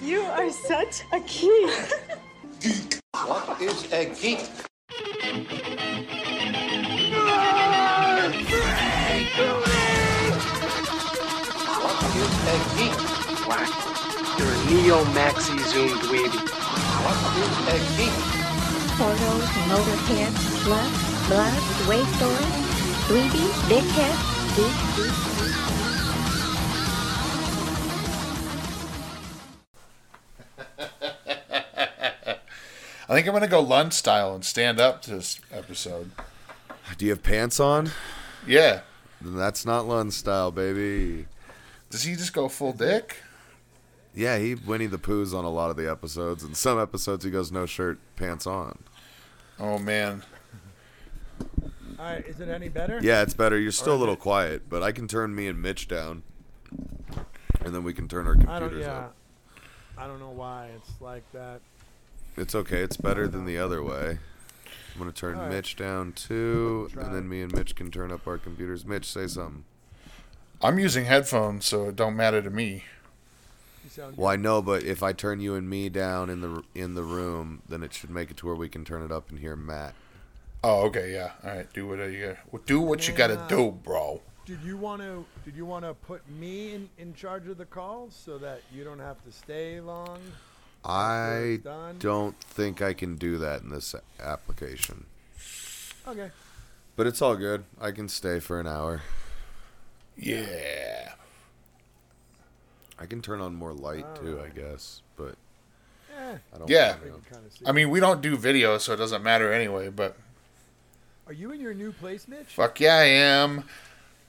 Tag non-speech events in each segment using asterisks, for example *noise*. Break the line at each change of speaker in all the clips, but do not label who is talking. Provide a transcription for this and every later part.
You are such a geek.
What is a geek? What is a geek?
You're a neo maxi zoom dweeby.
What is a geek?
Portals, motorhead, slut, blood, wasteland, 3D, dickhead, geek, geek, geek.
I think I'm gonna go lunch style and stand up to this episode.
Do you have pants on?
Yeah.
Then that's not Lund style, baby.
Does he just go full dick?
Yeah, he Winnie the Pooh's on a lot of the episodes, and some episodes he goes no shirt, pants on.
Oh man.
All right, is it any better?
Yeah, it's better. You're still a little quiet, but I can turn me and Mitch down, and then we can turn our
I don't.
computers
Yeah.
up.
I don't know why it's like that.
It's okay. It's better than the other way. I'm gonna turn
All right.
Mitch down too,
Try
and
it.
then me and Mitch can turn up our computers. Mitch, say something.
I'm using headphones, so it don't matter to me.
You sound.
Well, I know, but if I turn you and me down in the in the room, then it should make it to where we can turn it up and hear Matt.
Oh, okay, yeah. All right, do what you got. Do what you gotta do, bro.
Did you want to? Did you want to put me in, in charge of the calls so that you don't have to stay long?
I
it's done.
don't think I can do that in this application.
Okay.
But it's all good. I can stay for an hour.
Yeah.
I can turn on more light too,
Oh.
I guess. But
Eh,
Oh, I don't
Yeah.
we can
know.
kind of see.
I mean, we don't do video, so it doesn't matter anyway. But
Are you in your new place, Mitch?
fuck yeah, I am.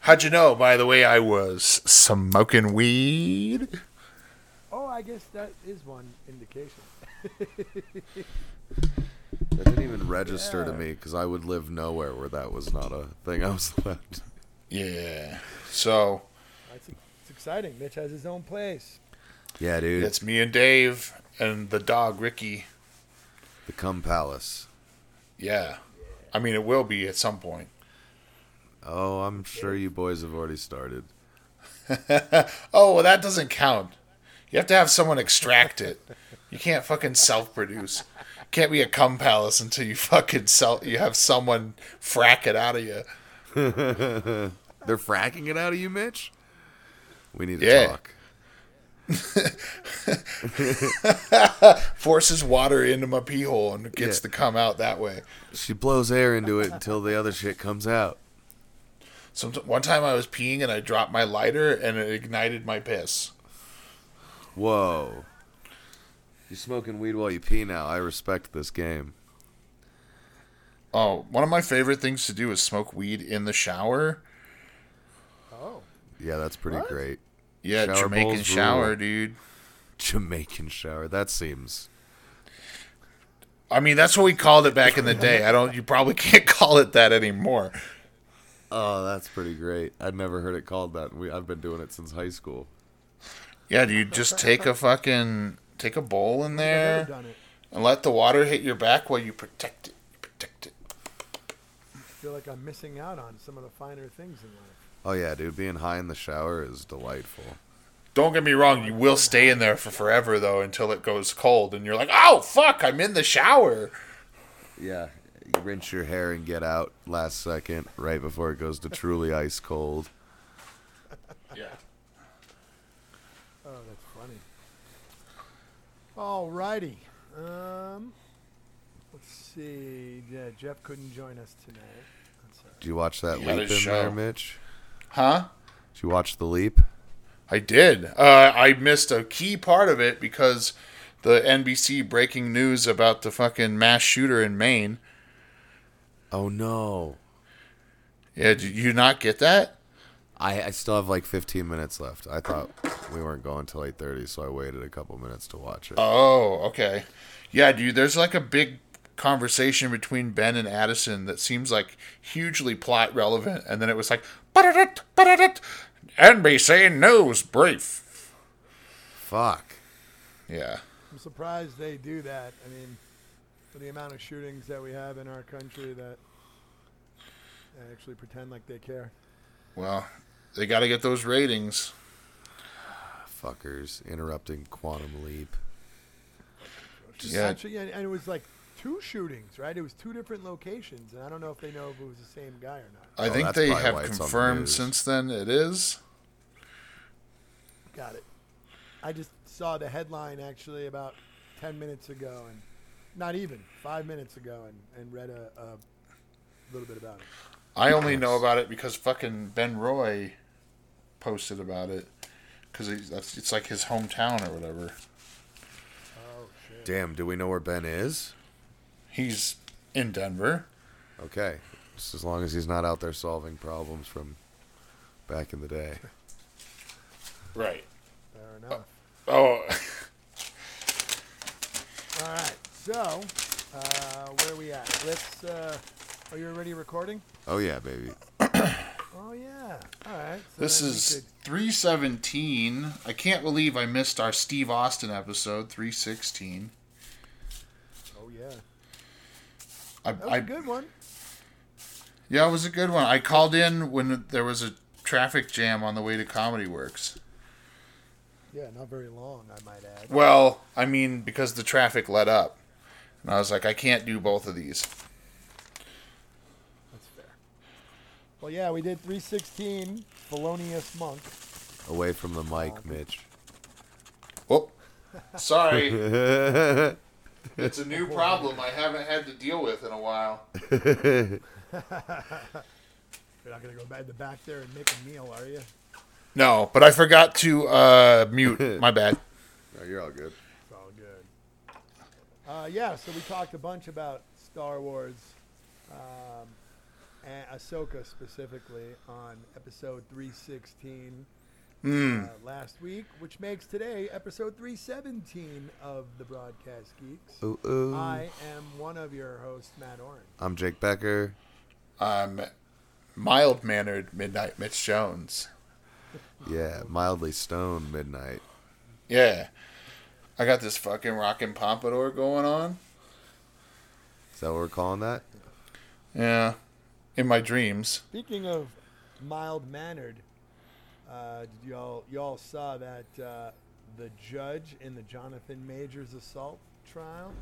How'd you know? By the way, I was smoking weed.
Oh, I guess that is one indication.
That didn't even register to me because I would live nowhere where that was not a thing *laughs* I was allowed. to-
Yeah. So
That's, it's exciting. Mitch has his own place.
Yeah, dude.
it's me and Dave and the dog Ricky.
the Cum Palace.
Yeah. I mean, it will be at some point.
Oh, I'm sure you boys have already started.
Oh, well, that doesn't count. You have to have someone extract it. You can't fucking self-produce. Can't be a cum palace until you fucking sell. You have someone frack it out of you.
They're fracking it out of you, Mitch. We need to
Yeah.
talk.
Forces water into my pee hole and gets
Yeah.
the cum out that way.
She blows air into it until the other shit comes out.
So one time I was peeing and I dropped my lighter and it ignited my piss.
Whoa. You smoking weed while you pee now. I respect this game.
Oh, one of my favorite things to do is smoke weed in the shower.
Oh,
Yeah, that's pretty great.
Yeah,
Shower
Jamaican
bowls
shower,
rule.
dude.
Jamaican shower. That seems.
I mean, that's what we called it back in the day. I don't. You probably *laughs* can't call it that anymore.
Oh, that's pretty great. I'd never heard it called that. We, I've been doing it since high school.
Yeah, dude, just take a fucking take a bowl in
I've never
there
done it.
and let the water hit your back while you protect it. Protect it.
I feel like I'm missing out on some of the finer things in life.
Oh yeah, dude, being high in the shower is delightful.
Don't get me wrong, you will stay in there for forever though until it goes cold and you're like, "Oh fuck, I'm in the shower."
Yeah, you rinse your hair and get out last second, right before it goes to truly ice cold.
Yeah.
Oh, that's funny. All righty. Um, let's see. Yeah, Jeff couldn't join us tonight. That's all right.
Did you watch that
Yeah,
leap in
the show.
there, Mitch?
Huh?
Did you watch the leap?
I did. Uh, I missed a key part of it because the NBC breaking news about the fucking mass shooter in Maine.
Oh no,
Yeah, did you not get that?
I, I still have like 15 minutes left. I thought we weren't going till 8:30, so I waited a couple minutes to watch it.
Oh, okay. Yeah, dude, there's like a big conversation between Ben and Addison that seems like hugely plot relevant, and then it was like, "Ba-da-da, ba-da-da, NBC News Brief.
Fuck.
Yeah.
I'm surprised they do that. I mean, for the amount of shootings that we have in our country that they actually pretend like they care.
Well, they got to get those ratings.
Fuckers interrupting Quantum Leap.
Just- Yeah.
Actually, and, and it was like two shootings, right? It was two different locations, and I don't know if they know if it was the same guy or not.
I
Oh,
think
that's
they
probably
have
why it's on the
confirmed
news.
since then it is.
Got it. I just saw the headline actually about ten minutes ago, and not even five minutes ago, and, and read a, a little bit about it.
I only know about it because fucking Ben Roy posted about it because it's like his hometown or whatever.
Damn, do we know where Ben is?
He's in Denver.
Okay. Just as long as he's not out there solving problems from back in the day.
Right.
Fair enough.
*laughs*
Oh,
All right, so uh, where we at? Let's. Uh, are you already recording?
Oh yeah, baby.
Oh yeah. All right. so
this
then we
is
could-
317. I can't believe I missed our Steve Austin episode 316.
oh yeah.
I,
That was
I,
a good one.
Yeah, it was a good one. I called in when there was a traffic jam on the way to Comedy Works.
Yeah, not very long, I might add.
Well, I mean, because the traffic let up. And I was like, I can't do both of these.
That's fair. Well, yeah, we did 316, Felonious Monk.
Away from the mic, Mitch.
Oh, sorry. it's a new problem I haven't had to deal with in a while.
You're not going to go back the back there and make a meal, are you? It's
No, but I forgot to uh, mute. My bad.
No, you're all good.
all good. Uh, yeah, so we talked a bunch about Star Wars um, and Ahsoka specifically on episode 316
Hmm.
uh, last week, which makes today episode 317 of the Broadcast Geeks.
Ooh, ooh.
I am one of your hosts, Matt Oren.
I'm Jake Becker.
I'm mild mannered Midnight Mitch Jones.
Yeah, mildly stoned midnight.
Yeah. I got this fucking rockin' pompadour going on.
Is that what we're calling that?
Yeah. In my dreams.
Speaking of mild mannered, uh, did y'all y'all saw that uh, the judge in the Jonathan Majors assault trial.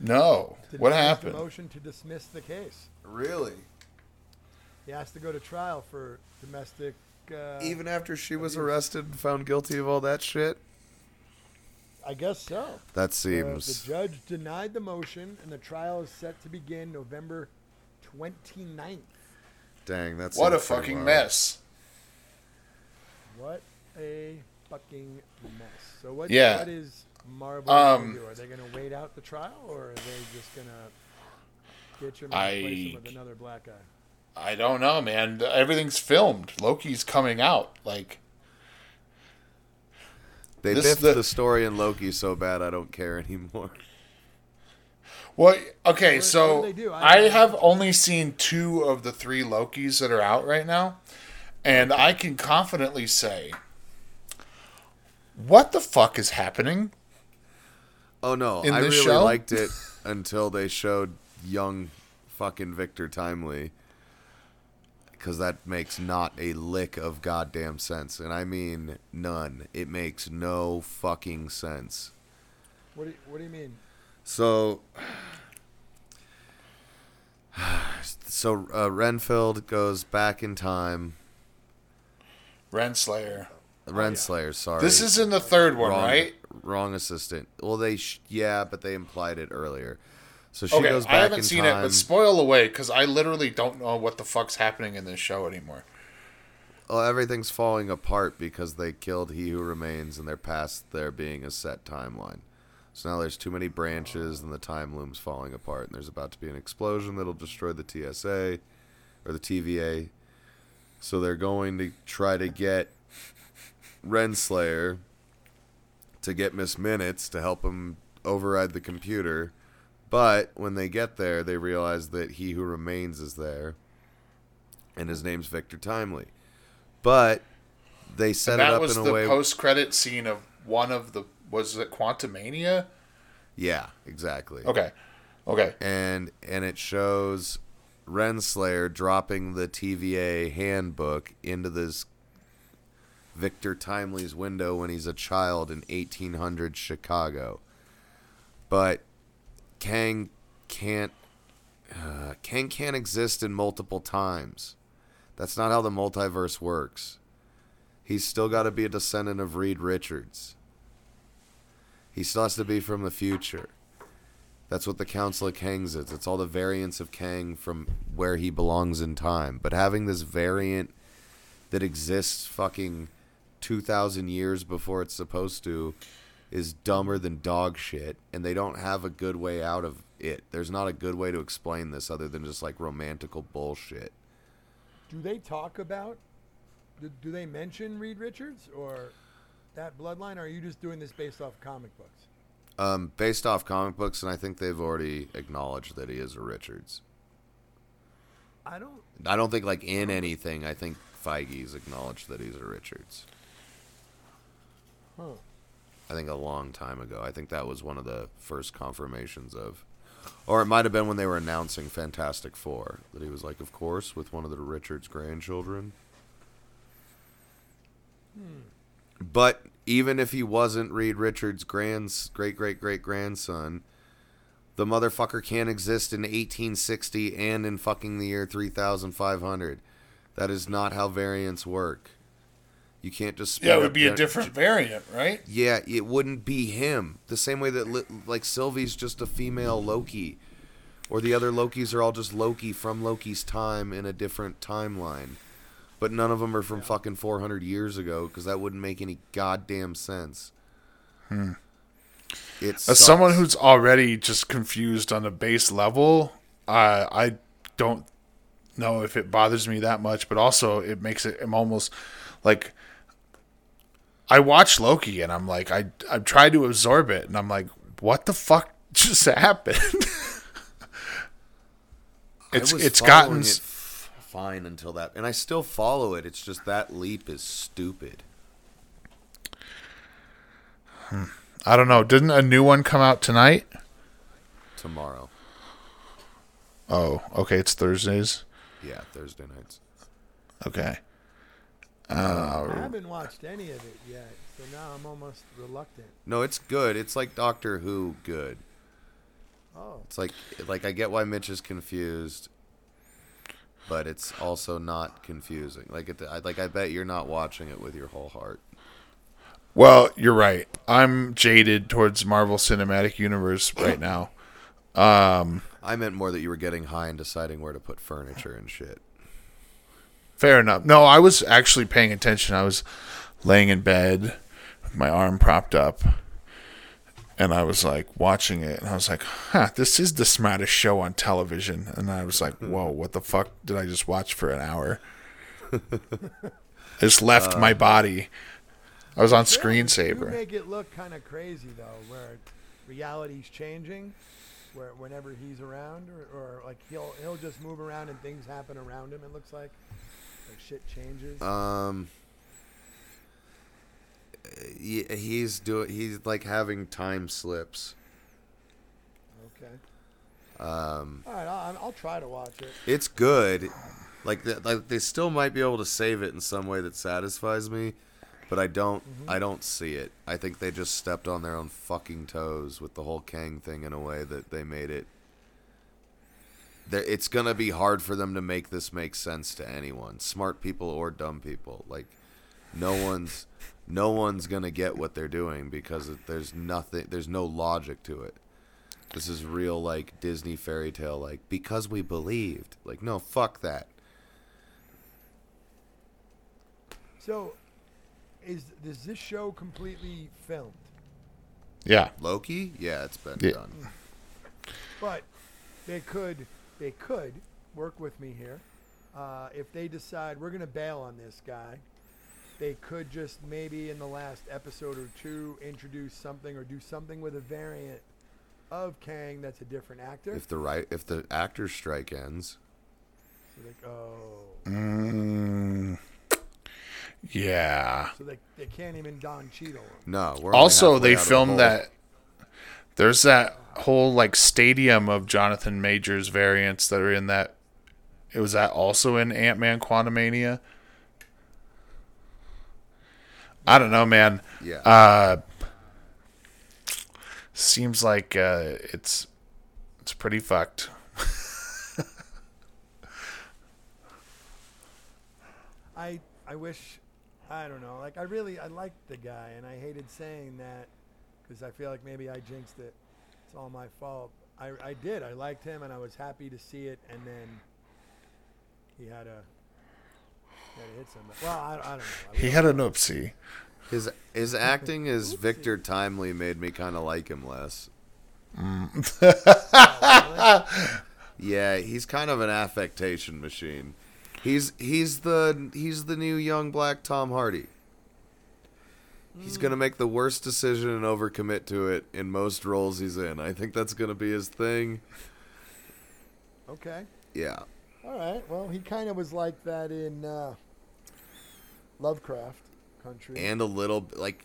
No. What
denies
happened?
The motion to dismiss the case.
Really?
He has to go to trial for domestic. Uh,
Even after she was arrested and found guilty of all that shit?
I guess so.
That
Uh, the
seems
judge denied the motion, and the trial is set to begin November 29th.
dang, that's
What a fucking mess.
What a fucking mess. So what?
Yeah.
What is Marvel going
Um,
to do? Are they going to wait out the trial, or are they just going to get your
I-
man replace him with another black guy?
I don't know, man. Everything's filmed. Loki's coming out. Like,
They
This-
biffed
the-
the... story in Loki so bad I don't care anymore. *laughs*
well, okay,
What-
so
what do they do? I
I,
don't know.
have only seen two of the three Lokis that are out right now, and I can confidently say, what the fuck is happening?
Oh no,
In
I
this
really
show? *laughs*
liked it until they showed young fucking Victor Timely. Because that makes not a lick of goddamn sense. And I mean none. It makes no fucking sense.
What do you, What do you mean?
So, *sighs* so uh, Renfield goes back in time.
Renslayer.
Renslayer, sorry.
Oh, This is in the third one,
wrong,
right?
Wrong assistant. Well, they sh- yeah, but they implied it earlier. So she
Okay,
goes back
I haven't
in
seen it,
time.
but spoil away because I literally don't know what the fuck's happening in this show anymore.
well, Oh, everything's falling apart because they killed He Who Remains, and they're past there being a set timeline. So now there's too many branches, and the time loom's falling apart. And there's about to be an explosion that'll destroy the TSA or the TVA. So they're going to try to get Renslayer to get Miss Minutes to help him override the computer. But when they get there, they realize that He Who Remains is there, and his name's Victor Timely. But they set it
that
up
was
in a
the
way.
post-credit scene of one of the was it Quantumania?
yeah, exactly.
Okay, okay.
and and it shows Renslayer dropping the TVA handbook into this Victor Timely's window when he's a child in 1800 Chicago. but Kang can't uh, Kang can't exist in multiple times. That's not how the multiverse works. He's still got to be a descendant of Reed Richards. He still has to be from the future. That's what the Council of Kangs is. It's all the variants of Kang from where he belongs in time. But having this variant that exists fucking 2,000 years before it's supposed to is dumber than dog shit. And they don't have a good way out of it. There's not a good way to explain this other than just like romantical bullshit.
Do they talk about? Do, do they mention Reed Richards or that bloodline? Or are you just doing this based off comic books?
Um, based off comic books, and I think they've already acknowledged that he is a Richards.
I don't.
I don't think like in anything. I think Feige's acknowledged that he's a Richards.
Huh.
I think a long time ago. I think that was one of the first confirmations of, or it might have been when they were announcing Fantastic Four that he was like, of course, with one of the Richards grandchildren.
Hmm.
But even if he wasn't Reed Richards' grands great great great grandson, the motherfucker can't exist in 1860 and in fucking the year 3500. That is not how variants work. You can't just
Yeah, it
split
would
up
be a
gen-
different variant, right?
yeah, it wouldn't be him. The same way that li- like Sylvie's just a female Loki, or the other Lokis are all just Loki from Loki's time in a different timeline, but none of them are from fucking 400 years ago because that wouldn't make any goddamn sense. Hmm. It's
As someone who's already just confused on a base level, uh, I don't know if it bothers me that much, but also it makes it I'm almost like I watch Loki and I'm like I I try to absorb it and I'm like what the fuck *laughs* just happened? it's it's gotten
it
s-
f- fine until that, and I still follow it. It's just that leap is stupid.
I don't know. Didn't a new one come out tonight?
Tomorrow,
Oh, okay, it's Thursdays.
yeah, Thursday nights.
Okay. Oh.
I haven't watched any of it yet, so now I'm almost reluctant.
No, it's good. It's like Doctor Who good.
Oh,
It's like like I get why Mitch is confused, but it's also not confusing. Like it, I, like I bet you're not watching it with your whole heart.
Well, you're right. I'm jaded towards Marvel Cinematic Universe right now. *clears throat*
I meant more that you were getting high and deciding where to put furniture and shit.
Fair enough. No, I was actually paying attention. I was laying in bed with my arm propped up and I was like watching it and I was like, huh, this is the smartest show on television. And I was like, whoa, what the fuck did I just watch for an
*laughs*
hour? It's left my body. I was on
Uh, You
screensaver.
make it look kind of crazy though, where reality's changing, where whenever he's around, or, or like he'll he'll just move around and things happen around him. It looks like, like shit changes.
Um, he, Uh, he's doing he's like having time slips.
okay. Um. All right, I'll, I'll try to watch it.
It's good. Like, th like they still might be able to save it in some way that satisfies me, but I don't. I don't see it. I think they just stepped on their own fucking toes with the whole Kang thing in a way that they made it. There, it's gonna be hard for them to make this make sense to anyone, smart people or dumb people. Like, no one's, no one's gonna get what they're doing because it- there's nothing. There's no logic to it. This is real, like Disney fairy tale, like because we believed. Like, no, fuck that.
So, is is this show completely filmed?
Yeah.
Loki? Yeah, it's been
Yeah.
done.
But they could they could work with me here. Uh, if they decide we're going to bail on this guy, they could just maybe in the last episode or two introduce something or do something with a variant of Kang that's a different actor.
If the right, if the actors strike ends,
so like, oh,
Mm, yeah.
so they, they can't even Don Cheadle him.
no. We're only
also
halfway
they
out of the hole.
filmed that there's that whole like stadium of jonathan majors variants that are in that it was that also in ant-man quantumania i don't know man
Yeah.
uh seems like uh, it's it's pretty fucked.
I I wish I don't know. Like I really I liked the guy, and I hated saying that because I feel like maybe I jinxed it. It's all my fault. I I did. I liked him, and I was happy to see it. And then he had a he had to hit somebody. Well, I, I don't know. I
He had an oopsie.
His his acting as Victor Timely made me kind of like him less. yeah, he's kind of an affectation machine. He's he's the he's the new young black Tom Hardy. He's gonna make the worst decision and overcommit to it in most roles he's in. I think that's gonna be his thing.
okay.
Yeah.
All right. Well, he kind of was like that in uh, Lovecraft Country.
and a little like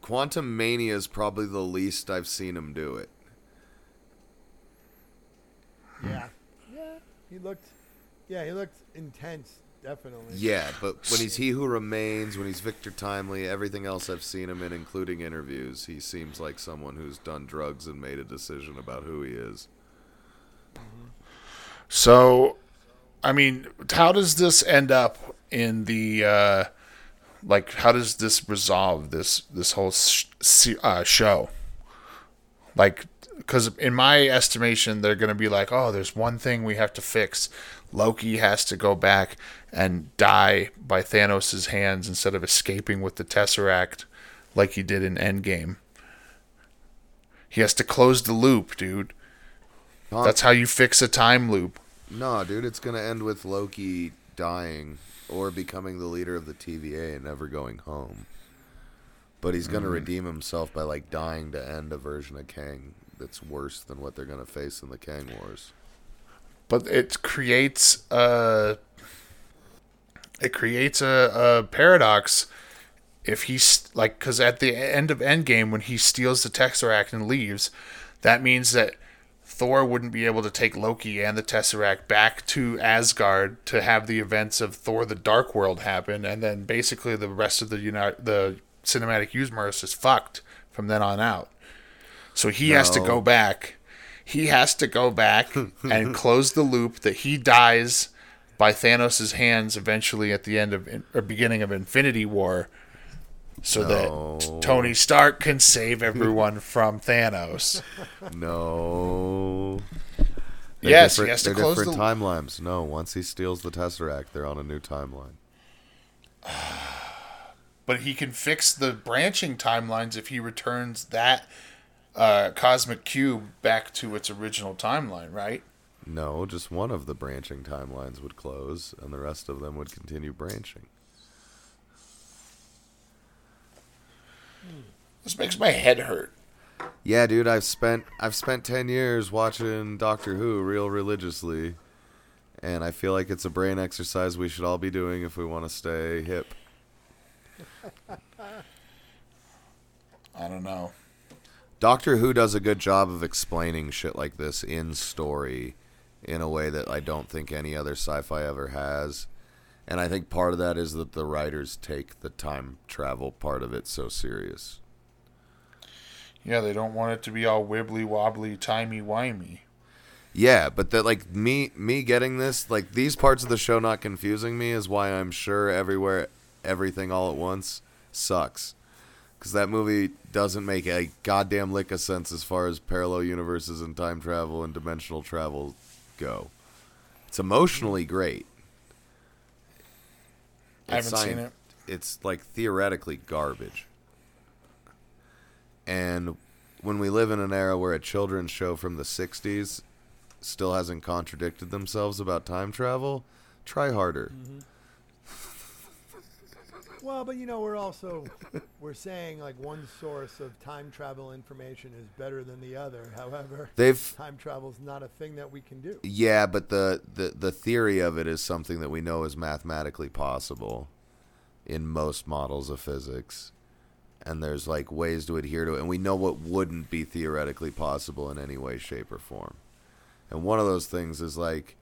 Quantum Mania is probably the least I've seen him do it.
yeah. Yeah. He looked. Yeah, he looked intense. Definitely.
Yeah, but when he's He Who Remains, when he's Victor Timely, everything else I've seen him in, including interviews, he seems like someone who's done drugs and made a decision about who he is.
So, I mean, how does this end up in the uh, like? How does this resolve this this whole sh- se- uh, show? Like, because in my estimation, they're going to be like, oh, there's one thing we have to fix. Loki has to go back and die by Thanos' hands instead of escaping with the Tesseract like he did in Endgame. He has to close the loop, dude.
Tom-
That's how you fix a time loop.
No, dude, it's gonna end with Loki dying or becoming the leader of the TVA and never going home. But he's gonna redeem himself by like dying to end a version of Kang that's worse than what they're gonna face in the Kang Wars.
but it creates a it creates a, a paradox if he's like because at the end of endgame when he steals the tesseract and leaves that means that thor wouldn't be able to take loki and the tesseract back to asgard to have the events of thor the dark world happen and then basically the rest of the uni- the cinematic universe is fucked from then on out so he has to
No.
go back he has to go back and close the loop that he dies by Thanos' hands eventually at the end of or beginning of Infinity War, so that Tony Stark can save everyone from Thanos.
No. They're
yes,
different-
he has to
they're
close the
different timelines. No, once he steals the tesseract, they're on a new timeline.
but he can fix the branching timelines if he returns that uh, cosmic cube back to its original timeline, right?
No, just one of the branching timelines would close, and the rest of them would continue branching.
This makes my head hurt.
Yeah, dude, I've spent I've spent ten years watching Doctor Who real religiously, and I feel like it's a brain exercise we should all be doing if we want to stay hip.
I don't know.
Doctor Who does a good job of explaining shit like this in story in a way that I don't think any other sci-fi ever has. And I think part of that is that the writers take the time travel part of it so serious.
Yeah, they don't want it to be all wibbly wobbly, timey wimey.
Yeah, but that like me me getting this, like these parts of the show not confusing me is why I'm sure everywhere everything all at once sucks. Cuz that movie doesn't make a goddamn lick of sense as far as parallel universes and time travel and dimensional travel go. It's emotionally great.
I haven't
It's
seen
scien-
it.
It's like theoretically garbage. And when we live in an era where a children's show from the 60s still hasn't contradicted themselves about time travel, try harder.
Well, but you know, we're also *laughs* we're saying like one source of time travel information is better than the other. However,
They've
time travel is not a thing that we can do.
yeah, but the, the the theory of it is something that we know is mathematically possible in most models of physics. And there's like ways to adhere to it, and we know what wouldn't be theoretically possible in any way, shape, or form. And one of those things is like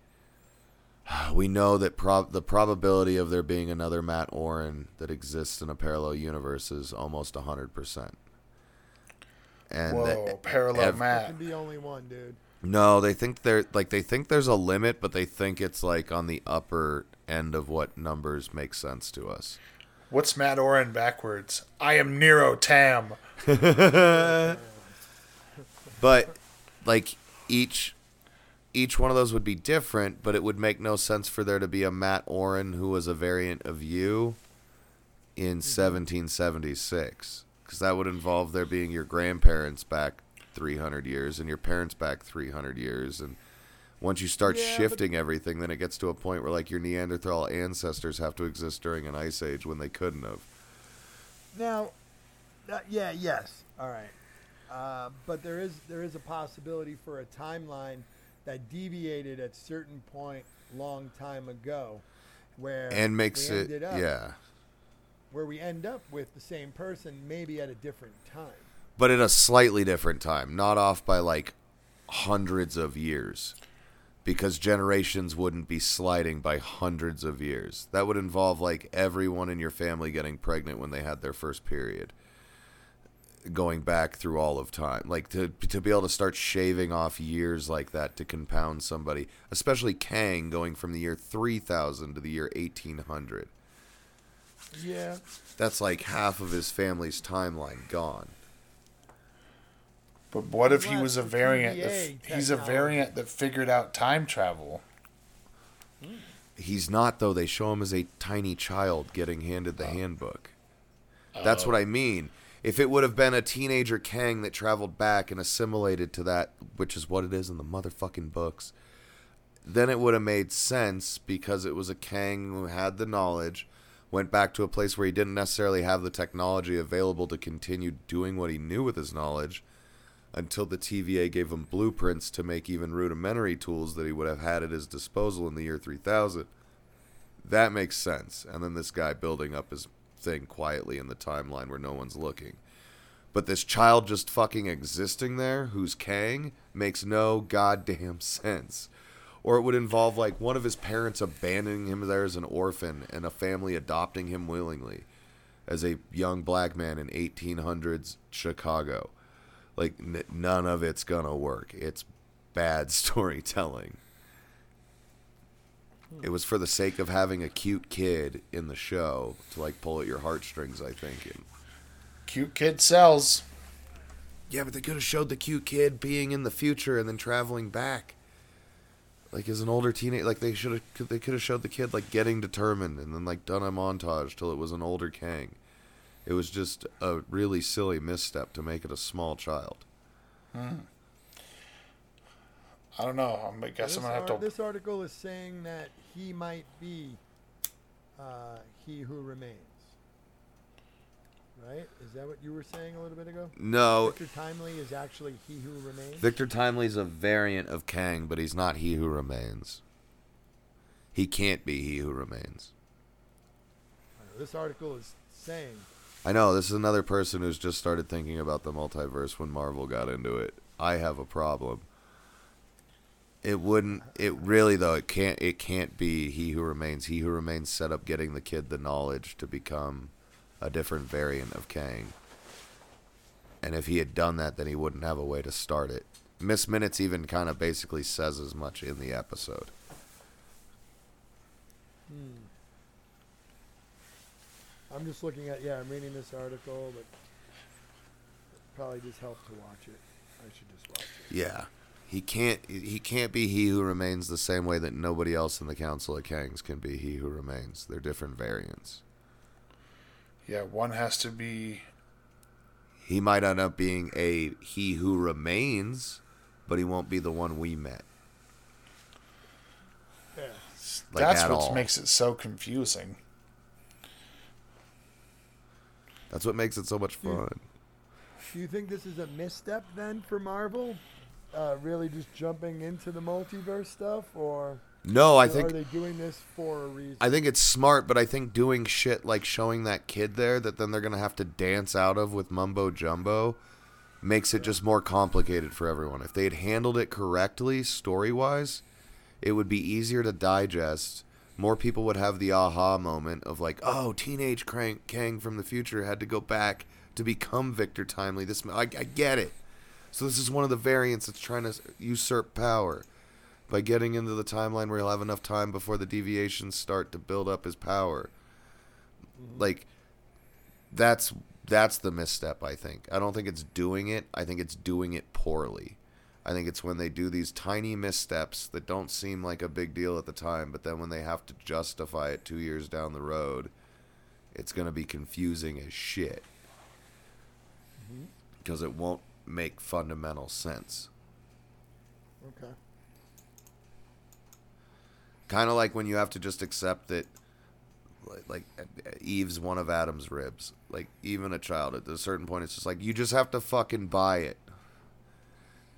*sighs* we know that prob- the probability of there being another Matt Oren that exists in a parallel universe is almost 100%. and
Whoa,
the-
parallel
ev-
map.
Can be only one, dude.
No, they think they're like they think there's a limit, but they think it's like on the upper end of what numbers make sense to us.
What's Matt Oren backwards? I am Nero Tam.
But like each each one of those would be different, but it would make no sense for there to be a Matt Oren who was a variant of you in
Mm-hmm.
1776 because that would involve there being your grandparents back 300 years and your parents back 300 years and once you start
Yeah, but-
shifting everything then it gets to a point where like your neanderthal ancestors have to exist during an ice age when they couldn't have
Now, that, yeah, yes, all right, uh, but there is there is a possibility for a timeline that deviated at certain point long time ago, where
and makes
we
it
ended up,
yeah
where we end up with the same person maybe at a different time.
but at a slightly different time, not off by like hundreds of years, because generations wouldn't be sliding by hundreds of years. That would involve like everyone in your family getting pregnant when they had their first period, going back through all of time. Like to to be able to start shaving off years like that to compound somebody, especially Kang going from the year three thousand to the year eighteen hundred.
Yeah,
That's like half of his family's timeline gone.
But what if he was a
Lots of
variant? That,
TVA
f- he's a
technology.
variant that figured out time travel.
He's not though. They show him as a tiny child getting handed the handbook. That's what I mean. If it would have been a teenager Kang that traveled back and assimilated to that, which is what it is in the motherfucking books, then it would have made sense because it was a Kang who had the knowledge, went back to a place where he didn't necessarily have the technology available to continue doing what he knew with his knowledge until the TVA gave him blueprints to make even rudimentary tools that he would have had at his disposal in the year 3000. That makes sense. And then this guy building up his thing quietly in the timeline where no one's looking. But this child just fucking existing there, who's Kang, makes no goddamn sense. Or it would involve like one of his parents abandoning him there as an orphan and a family adopting him willingly as a young black man in 1800s Chicago. Like n- none of it's gonna work. It's bad *laughs* storytelling. It was for the sake of having a cute kid in the show to like pull at your heartstrings, I think. And,
Cute kid sells.
yeah, but they could have showed the cute kid being in the future and then traveling back. Like as an older teenager, like they should have, they could have showed the kid like getting determined and then like done a montage till it was an older Kang. It was just a really silly misstep to make it a small child.
I don't know. I'm- I guess
this,
I'm gonna have
ar-
to.
this article is saying that he might be uh, he who remains. Right? Is that what you were saying a little bit ago?
No,
Victor Timely is actually he who remains.
Victor Timely's a variant of Kang, but he's not he who remains. He can't be he who remains.
this article is saying
I know this is another person who's just started thinking about the multiverse when Marvel got into it. I have a problem. It wouldn't. It really though. It can't. It can't be he who remains. He who remains set up getting the kid the knowledge to become a different variant of Kang. And if he had done that, then he wouldn't have a way to start it. Miss Minutes even kind of basically says as much in the episode.
I'm just looking at yeah, I'm reading this article, but probably just help to watch it. I should just watch it.
Yeah. He can't he can't be he who remains the same way that nobody else in the Council of Kings can be he who remains. They're different variants.
Yeah, one has to be.
He might end up being a he who remains, but he won't be the one we met. Like,
that's
at
what
all.
makes it so confusing.
That's what makes it so much fun.
Do you think this is a misstep then for Marvel? Uh, really just jumping into the multiverse stuff or
No, I
or are
think
they doing this for a reason?
I think it's smart, but I think doing shit like showing that kid there that then they're gonna have to dance out of with mumbo jumbo makes it just more complicated for everyone. If they had handled it correctly, story wise, it would be easier to digest. More people would have the aha moment of like, oh, teenage crank Kang from the future had to go back to become Victor Timely. This I, I get it. So this is one of the variants that's trying to usurp power by getting into the timeline where he'll have enough time before the deviations start to build up his power. Like that's that's the misstep I think. I don't think it's doing it. I think it's doing it poorly. I think it's when they do these tiny missteps that don't seem like a big deal at the time, but then when they have to justify it 2 years down the road, it's going to be confusing as shit. Because it won't make fundamental sense.
Okay.
kind of like when you have to just accept that like- like e-, eve's one of adam's ribs like even a child at a certain point it's just like you just have to fucking buy it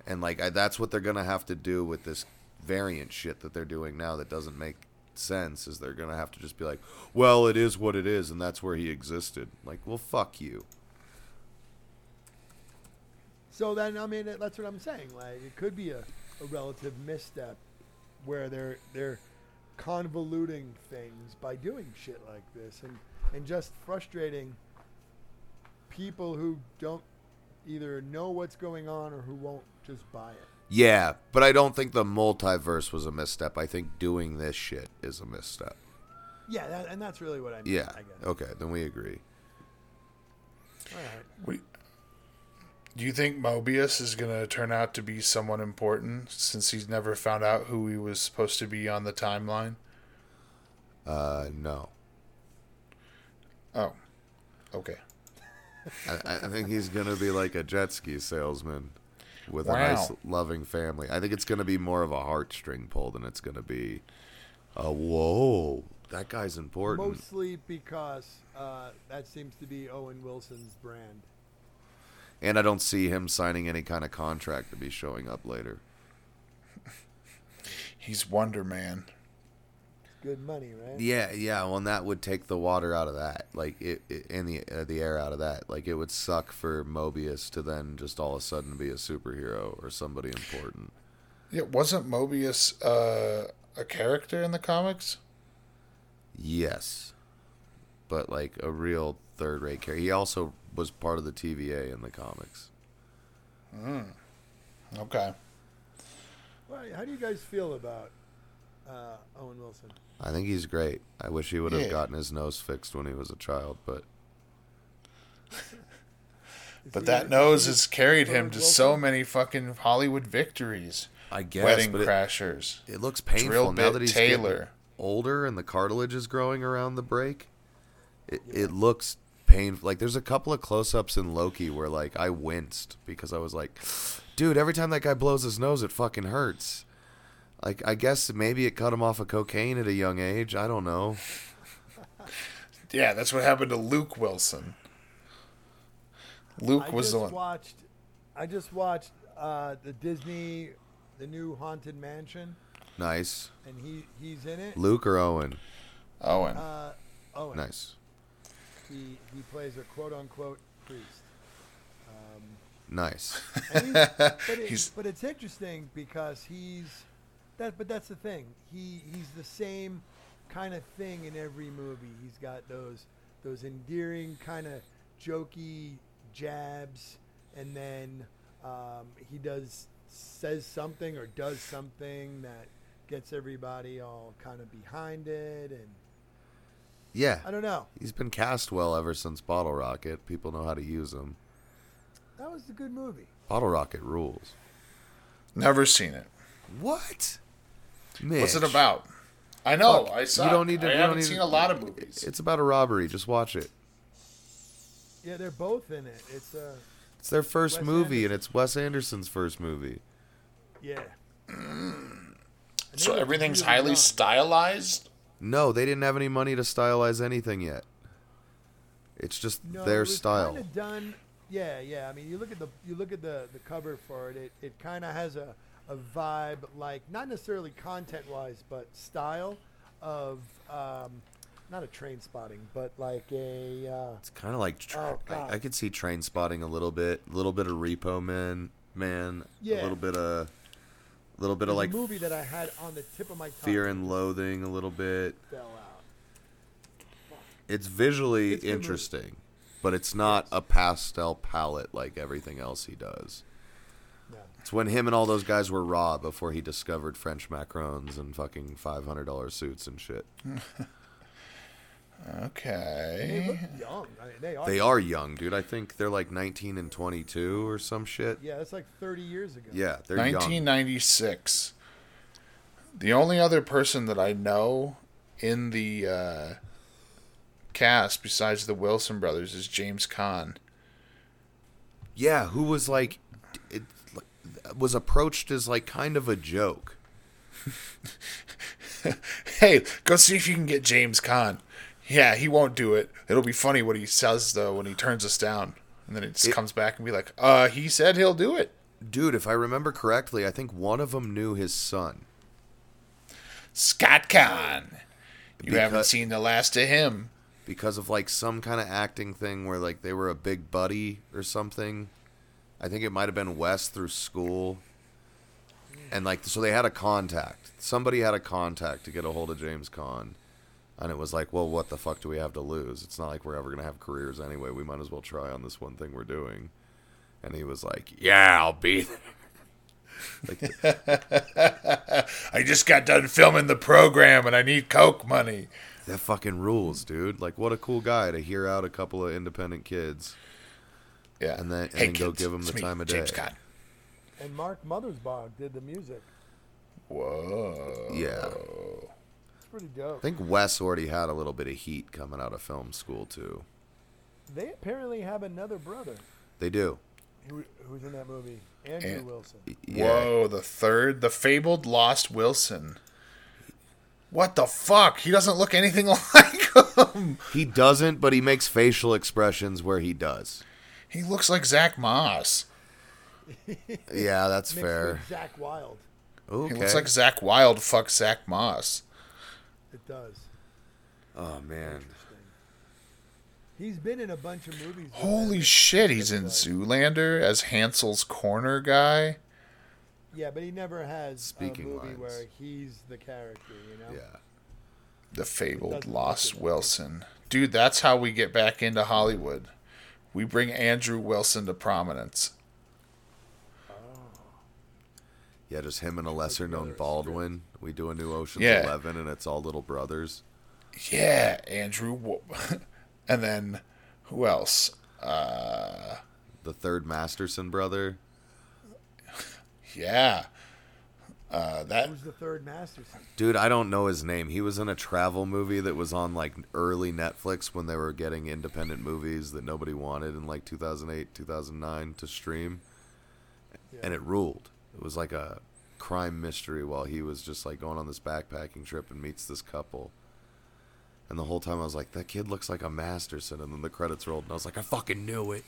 and like I, that's what they're gonna have to do with this variant shit that they're doing now that doesn't make sense is they're gonna have to just be like well it is what it is and that's where he existed like well fuck you
So then, I mean, that's what I'm saying. Like, it could be a, a relative misstep where they're they're convoluting things by doing shit like this, and and just frustrating people who don't either know what's going on or who won't just buy it.
yeah but i don't think the multiverse was a misstep i think doing this shit is a misstep
Yeah, that, and that's really what I mean.
yeah
I guess.
okay then we agree
All right.
We, do you think Mobius is going to turn out to be someone important since he's never found out who he was supposed to be on the timeline?
uh no
Oh, okay.
I, I think he's gonna be like a jet ski salesman with a
Wow.
nice, loving family. I think it's gonna be more of a heartstring pull than it's gonna be a whoa. That guy's important.
Mostly because uh, that seems to be Owen Wilson's brand.
And I don't see him signing any kind of contract to be showing up later.
He's Wonder Man.
It's good money, right?
Yeah, yeah. Well, and that would take the water out of that, like it, it and the uh, the air out of that. Like it would suck for Mobius to then just all of a sudden be a superhero or somebody important.
Yeah, wasn't Mobius uh, a character in the comics?
Yes, but like a real third-rate character. He also was part of the TVA in the comics.
Okay.
Well, how do you guys feel about uh, Owen Wilson?
I think he's great. I wish he would have
Yeah.
gotten his nose fixed when he was a child, but
Is
But
he-
that nose
he-
has carried him
Owen
to so
Wilson?
many fucking Hollywood victories.
I guess.
Wedding
but it-
Crashers.
It, looks painful
Drill
now
bit
that he's
Taylor.
getting older and the cartilage is growing around the break. It, it looks painful. Like there's a couple of close-ups in Loki where like I winced because I was like, dude, every time that guy blows his nose, it fucking hurts. Like I guess maybe it cut him off of cocaine at a young age. I don't know.
Yeah, that's what happened to Luke Wilson. Luke
I
was
just
the one.
watched. I just watched uh, the Disney, the new Haunted Mansion,
Nice.
and he he's in it.
Luke or Owen?
Owen.
Uh, Owen.
Nice.
He he plays a quote unquote priest.
*laughs*
Nice.
And he's, but, it,
He's-
but it's interesting because he's that. But that's the thing. He he's the same kind of thing in every movie. He's got those those endearing kind of jokey jabs, and then um, he does says something or does something that gets everybody all kind of behind it. And
Yeah.
I don't know.
He's been cast well ever since Bottle Rocket. People know how to use him.
That was a good movie.
Bottle Rocket rules.
Never seen it.
What?
What's it
Mitch.
about? I know.
Fuck,
I
you
saw.
don't
it.
need to-
I
you don't
haven't
need
seen
to-
a lot of movies.
It's about a robbery. Just watch it.
Yeah, they're both in it. It's uh,
It's their first
Wes
movie,
Anderson.
and it's Wes Anderson's first movie.
yeah. And they
so
were
everything's
really
highly
young.
stylized.
No, they didn't have any money to stylize anything yet. It's just
it
their
was
style.
Kinda done. Yeah, yeah. I mean, you look at the you look at the the cover for it. It it kind of has a a vibe like not necessarily content wise, but style of um, not a train spotting, but like a uh,
It's kind of like tra-
Oh, God.
I, I could see Train Spotting a little bit, a little bit of Repo Man, man, a
Yeah.
little bit of, a little bit of
a
like
movie that I had on the tip of my tongue.
Fear and Loathing, a little bit.
fell out.
It's visually
It's a good movie.
interesting, but it's not a pastel palette like everything else he does. It's when him and all those guys were raw before he discovered French macarons and fucking five hundred dollar suits and shit.
They
Okay.
look young. I mean, they are.
They are young, dude. I think they're like nineteen and twenty two or some shit.
Yeah, that's like 30 years ago.
Yeah, they're young.
1996. The only other person that I know in the uh, cast besides the Wilson brothers is James Caan.
Yeah, who was like, it was approached as like kind of a joke.
Hey, go see if you can get James Caan. Yeah, he won't do it. It'll be funny what he says though when he turns us down, and then it just
It-
comes back and be like, "Uh, he said he'll do it."
Dude, if I remember correctly, I think one of them knew his son.
Scott Caan. You haven't
Because-
seen the last of him.
because of like some kind of acting thing where like they were a big buddy or something. I think it might have been West through school. And like so they had a contact. Somebody had a contact to get a hold of James Caan. And it was like, well, what the fuck do we have to lose? It's not like we're ever going to have careers anyway. We might as well try on this one thing we're doing. And he was like, yeah, I'll be there.
I just got done filming the program and I need Coke money.
That fucking rules, dude. Like, what a cool guy to hear out a couple of independent kids.
Yeah.
And then- and then go give 'em
it's
the time of
James
day.
Caan.
And Mark Mothersbaugh did the music.
Whoa.
Yeah.
It's pretty dope.
I think Wes already had a little bit of heat coming out of film school too.
They apparently have another brother
They do.
who, who's in that movie, Andrew
And-
Wilson.
Whoa, the third, the fabled lost Wilson. What the fuck? He doesn't look anything *laughs* like him.
He doesn't, but he makes facial expressions where he does.
He looks like Zach Moss.
Yeah, that's
Mixed
fair.
with Zach Wild.
Okay.
He looks like Zach Wild. Fuck Zach Moss.
It does.
oh man.
He's been in a bunch of movies. with
Holy
that.
shit, he's in Zoolander as Hansel's corner guy.
Yeah, but he never has
Speaking
a movie
lines.
where he's the character, you know?
Yeah.
The fabled
Doesn't
lost
look it.
Wilson. Dude, that's how we get back into Hollywood. We bring Andrew Wilson to prominence.
Yeah, just him and a lesser known Baldwin. We do a new Ocean's
Yeah.
Eleven and it's all little brothers.
Yeah, Andrew. Wo- *laughs* and then who else? Uh,
The third Masterson brother.
yeah. Uh, that
Who's the third Masterson?
Dude, I don't know his name. He was in a travel movie that was on like early Netflix when they were getting independent movies that nobody wanted in like 2008, 2009 to stream. And it ruled. It was like a crime mystery while he was just like going on this backpacking trip and meets this couple. And the whole time I was like, that kid looks like a Masterson. And then the credits rolled and I was like, I fucking knew it.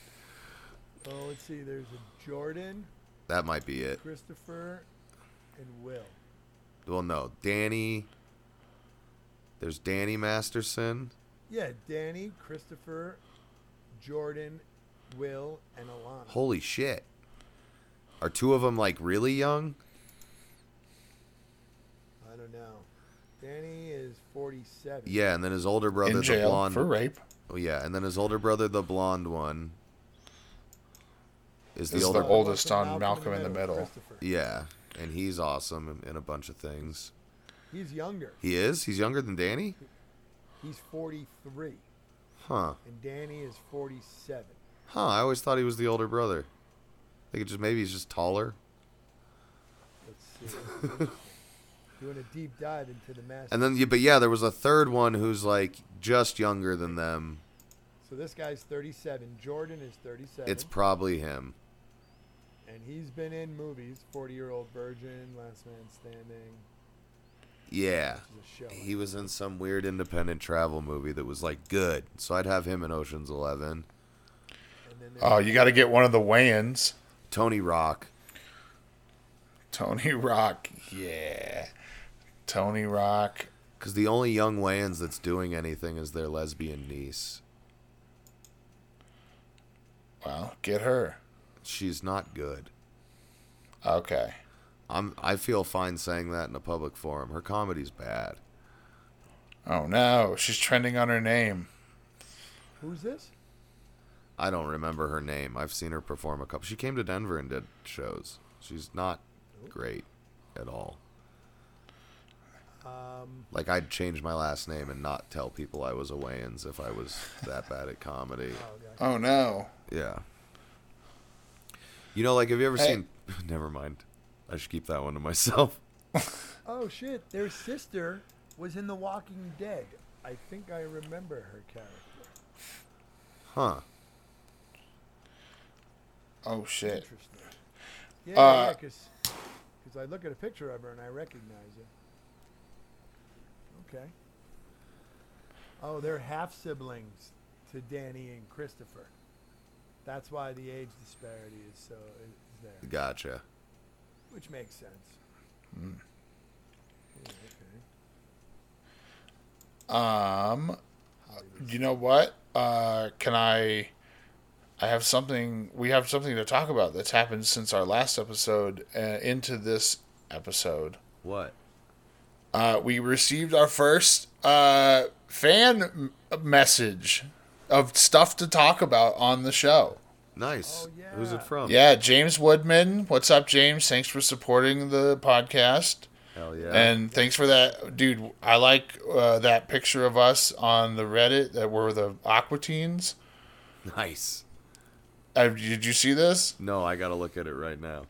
Oh, let's see. There's a Jordan,
That might be it.
Christopher, and Will.
Well, no. Danny. There's Danny Masterson.
Yeah, Danny, Christopher, Jordan, Will, and Alana.
Holy shit. Are two of them like really young?
I don't know. Danny is 47.
Yeah, and then his older brother,
in
the
jail
blonde.
for rape
Oh, yeah, and then his older brother, the blonde one, is the
Is
older.
the oldest
Malcolm
on
in
Malcolm in the Middle.
Christopher.
yeah, and he's awesome in, in a bunch of things.
He's younger.
He is. He's younger than Danny.
He's 43,
Huh.
and Danny is 47.
Huh. I always thought he was the older brother. I think it just maybe he's just taller.
Let's see. *laughs* Interesting. Doing a deep dive into the master.
And then, yeah, but yeah, there was a third one who's like just younger than them.
so this guy's 37. Jordan is 37.
It's probably him.
and he's been in movies 40 Year Old Virgin, Last Man Standing,
Yeah.
which is a show.
He was in some weird independent travel movie that was like good. So I'd have him in Ocean's Eleven.
and then
Uh.
Oh, you got to get one of the weigh-ins.
Tony Rock.
Tony Rock. Yeah. Tony Rock.
Because the only young Wayans that's doing anything is their lesbian niece.
Well, get her.
She's not good.
Okay.
I'm, I feel fine saying that in a public forum. Her comedy's bad.
Oh no, she's trending on her name.
who's this?
I don't remember her name. I've seen her perform a couple. She came to Denver and did shows. She's not great at all.
Um,
like I'd change my last name and not tell people I was a Wayans if I was that bad at
*laughs*
comedy.
Um,
Oh no.
Yeah. You know, like have you ever
Hey.
seen? *laughs* Never mind. I should keep that one to myself.
Oh shit! Their sister was in The Walking Dead. I think I remember her character.
Huh.
Oh shit.
Interesting. Yeah,
Uh,
because I look at a picture of her and I recognize it. Okay. Oh, they're half siblings to Danny and Christopher. That's why the age disparity is so is there,
Gotcha.
which makes sense. Yeah, okay.
Um, you know what? Uh, can I? I have something. We have something to talk about that's happened since our last episode uh, into this episode.
What?
Uh, we received our first uh, fan m- message of stuff to talk about on the show.
Nice.
Oh,
Who's
yeah.
it from?
Yeah, James Woodman. What's up, James? Thanks for supporting the podcast.
Hell yeah.
And thanks for that, dude. I like uh, that picture of us on the Reddit that were the Aquatines.
nice.
Uh, did you see this?
No, I gotta look at it right now.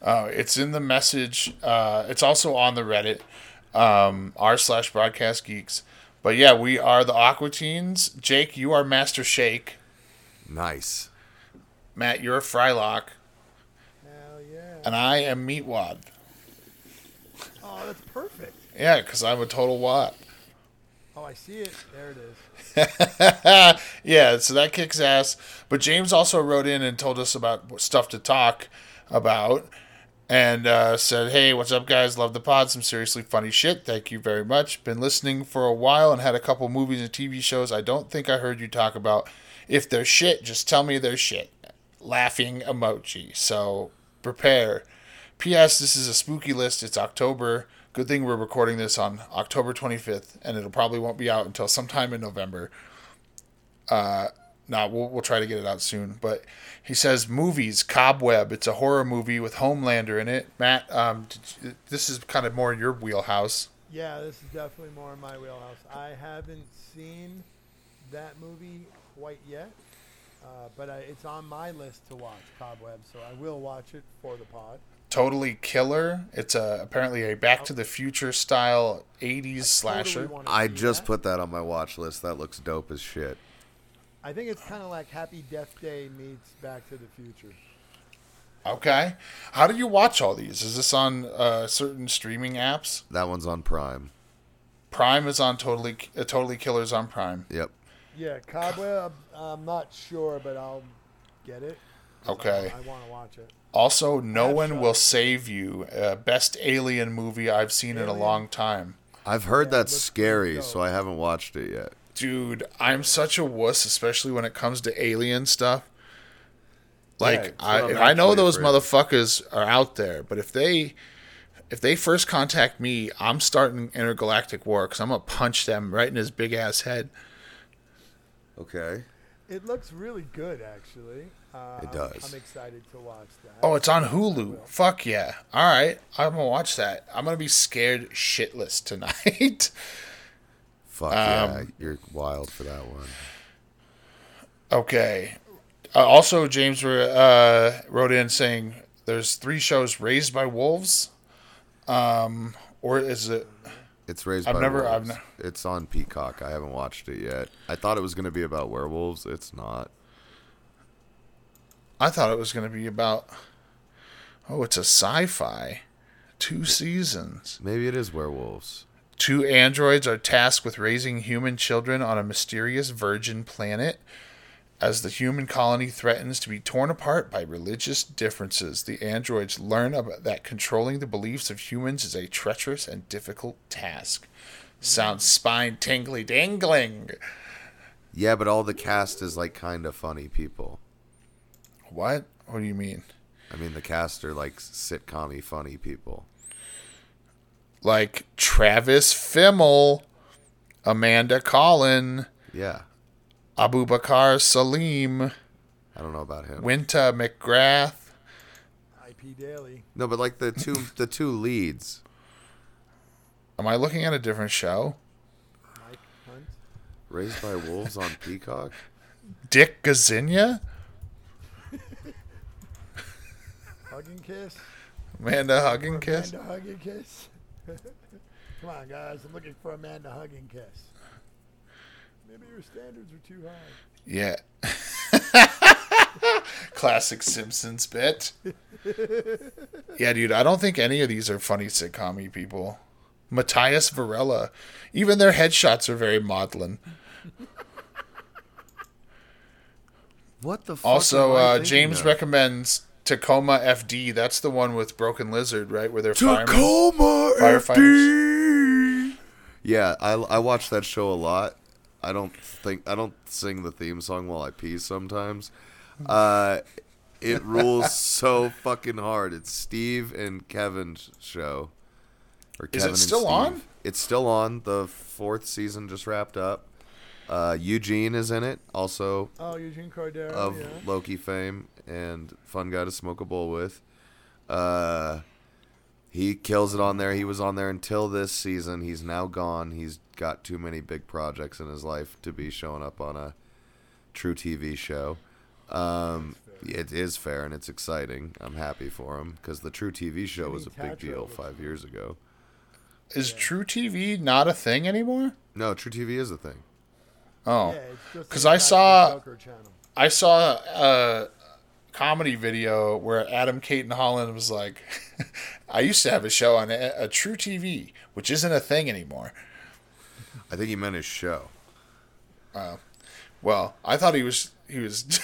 Uh, it's in the message. Uh, it's also on the Reddit um, r slash broadcast geeks. But yeah, we are the Aquatines. Jake, you are Master Shake.
Nice.
Matt, you're Frylock,
Hell yeah!
and I am Meatwad.
Oh, that's perfect.
Yeah, because I'm a total wad.
Oh, I see it. There it is.
yeah, so that kicks ass. But James also wrote in and told us about stuff to talk about and uh, said, Hey, what's up, guys? Love the pod. Some seriously funny shit. Thank you very much. Been listening for a while and had a couple movies and TV shows I don't think I heard you talk about. If they're shit, just tell me they're shit. Laughing emoji. So prepare. P.S. This is a spooky list. It's October. Good thing we're recording this on October 25th, and it'll probably won't be out until sometime in November nah, we'll, we'll try to get it out soon. But he says movies, Cobweb. It's a horror movie with Homelander in it. Matt, um, did you- this is kind of more your wheelhouse.
Yeah, this is definitely more in my wheelhouse. I haven't seen that movie quite yet, uh, but I, it's on my list to watch, Cobweb, so I will watch it for the pod.
Totally killer. It's a apparently a Back to the Future style '80s slasher.
Totally wanna
I
see
just
that.
put that on my watch list. That looks dope as shit.
I think it's kind of like Happy Death Day meets Back to the Future.
Okay, how do you watch all these? Is this on uh, certain streaming apps?
That one's on Prime.
Prime is on Totally. Uh, totally Killers on Prime.
Yep.
Yeah, Cobweb. I'm not sure, but I'll get it. 'cause
Okay.
I, want to watch it.
Also, No
I've
One
shot
Will
it.
Save You. Uh, best alien movie I've seen in a
Alien.
long time.
I've heard that's
looks
scary,
dope.
so I haven't watched it yet.
dude i'm such a wuss especially when it comes to alien stuff like
Yeah, it's what I'm
i i know
actually
those
afraid of.
motherfuckers are out there but if they if they first contact me i'm starting intergalactic war because i'm gonna punch them right in his big ass head
Okay.
It looks really good, actually. Uh,
It
I'm-
does.
I'm excited to watch that.
oh it's on hulu fuck yeah all right i'm gonna watch that i'm gonna be scared shitless *laughs* tonight Um,
Fuck yeah, you're wild for that one.
Okay. Uh, also, James wr- uh, wrote in saying there's three shows raised by wolves, um, or is it?
It's raised
I've
by
never- I've
wolves.
ne-
It's on Peacock. I haven't watched it yet. I thought it was going to be about werewolves. It's not.
I thought it was going to be about. Oh, it's a sci-fi. Two seasons.
Maybe it is werewolves.
Two androids are tasked with raising human children on a mysterious virgin planet. As the human colony threatens to be torn apart by religious differences, the androids learn about that controlling the beliefs of humans is a treacherous and difficult task. Sounds spine tingly dangling.
Yeah, but all the cast is like kind of funny people.
What? What do you mean?
I mean, the cast are like sitcom funny people.
Like Travis Fimmel, Amanda Collin,
Yeah.
Abubakar Salim,
I don't know about him.
Winta McGrath,
P. Daly.
No, but like the two the two leads.
Am I looking at a different show?
Mike Hunt.
Raised by Wolves on Peacock.
Dick Gazinia?
Hug and kiss.
Amanda Hug and Kiss?
Amanda hug and kiss. *laughs* Come on, guys. I'm looking for Amanda hug and kiss. Maybe your standards are too high.
Yeah. *laughs* Classic Simpsons bit. Yeah, dude, I don't think any of these are funny sitcom people. Matthias Varela. Even their headshots are very maudlin.
What the? Fuck
Also,
am I
uh,
thinking
James
of?
recommends Tacoma FD. That's the one with Broken Lizard, right? Where they're firemen.
Tacoma
Firefighters.
FD. Yeah, I I watch that show a lot. I don't think I don't sing the theme song while I pee sometimes. Uh, it *laughs* rules so fucking hard. It's Steve and Kevin's show. Or
Is it
and
still
Steve.
on?
It's still on. The fourth season just wrapped up. Uh, Eugene is in it, also
Oh, Eugene Cordero.
of
yeah.
Loki fame and fun guy to smoke a bowl with. Uh, he kills it on there. He was on there until this season. He's now gone. He's got too many big projects in his life to be showing up on a true TV show. Um, it is fair and it's exciting. I'm happy for him because the true TV show was a big
Tatra
deal
was-
five years ago.
Is True TV not a thing anymore?
No, true TV is a thing.
Oh.
Yeah, it's just
'Cause
like
I
back to
saw-
Joker Channel.
I saw a comedy video where Adam Caton Holland was like, *laughs* I used to have a show on a, a true TV, which isn't a thing anymore.
I think he meant his show.
Well, I thought he was he was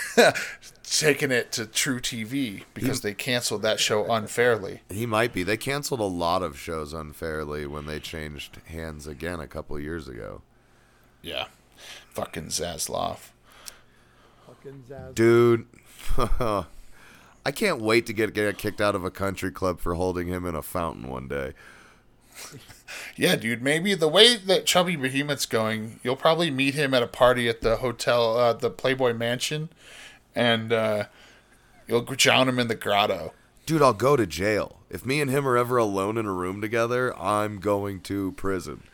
*laughs* taking it to True TV because they canceled that show unfairly.
He might be. They canceled a lot of shows unfairly when they changed hands again a couple years ago.
Yeah. Fucking Zaslav.
Fucking Zaz.
Dude, *laughs* I can't wait to get, get kicked out of a country club for holding him in a fountain one day.
Yeah, dude, maybe the way that Chubby Behemoth's going, you'll probably meet him at a party at the hotel, uh, the Playboy Mansion, and uh, you'll drown him in the grotto.
Dude, I'll go to jail. If me and him are ever alone in a room together, I'm going to prison.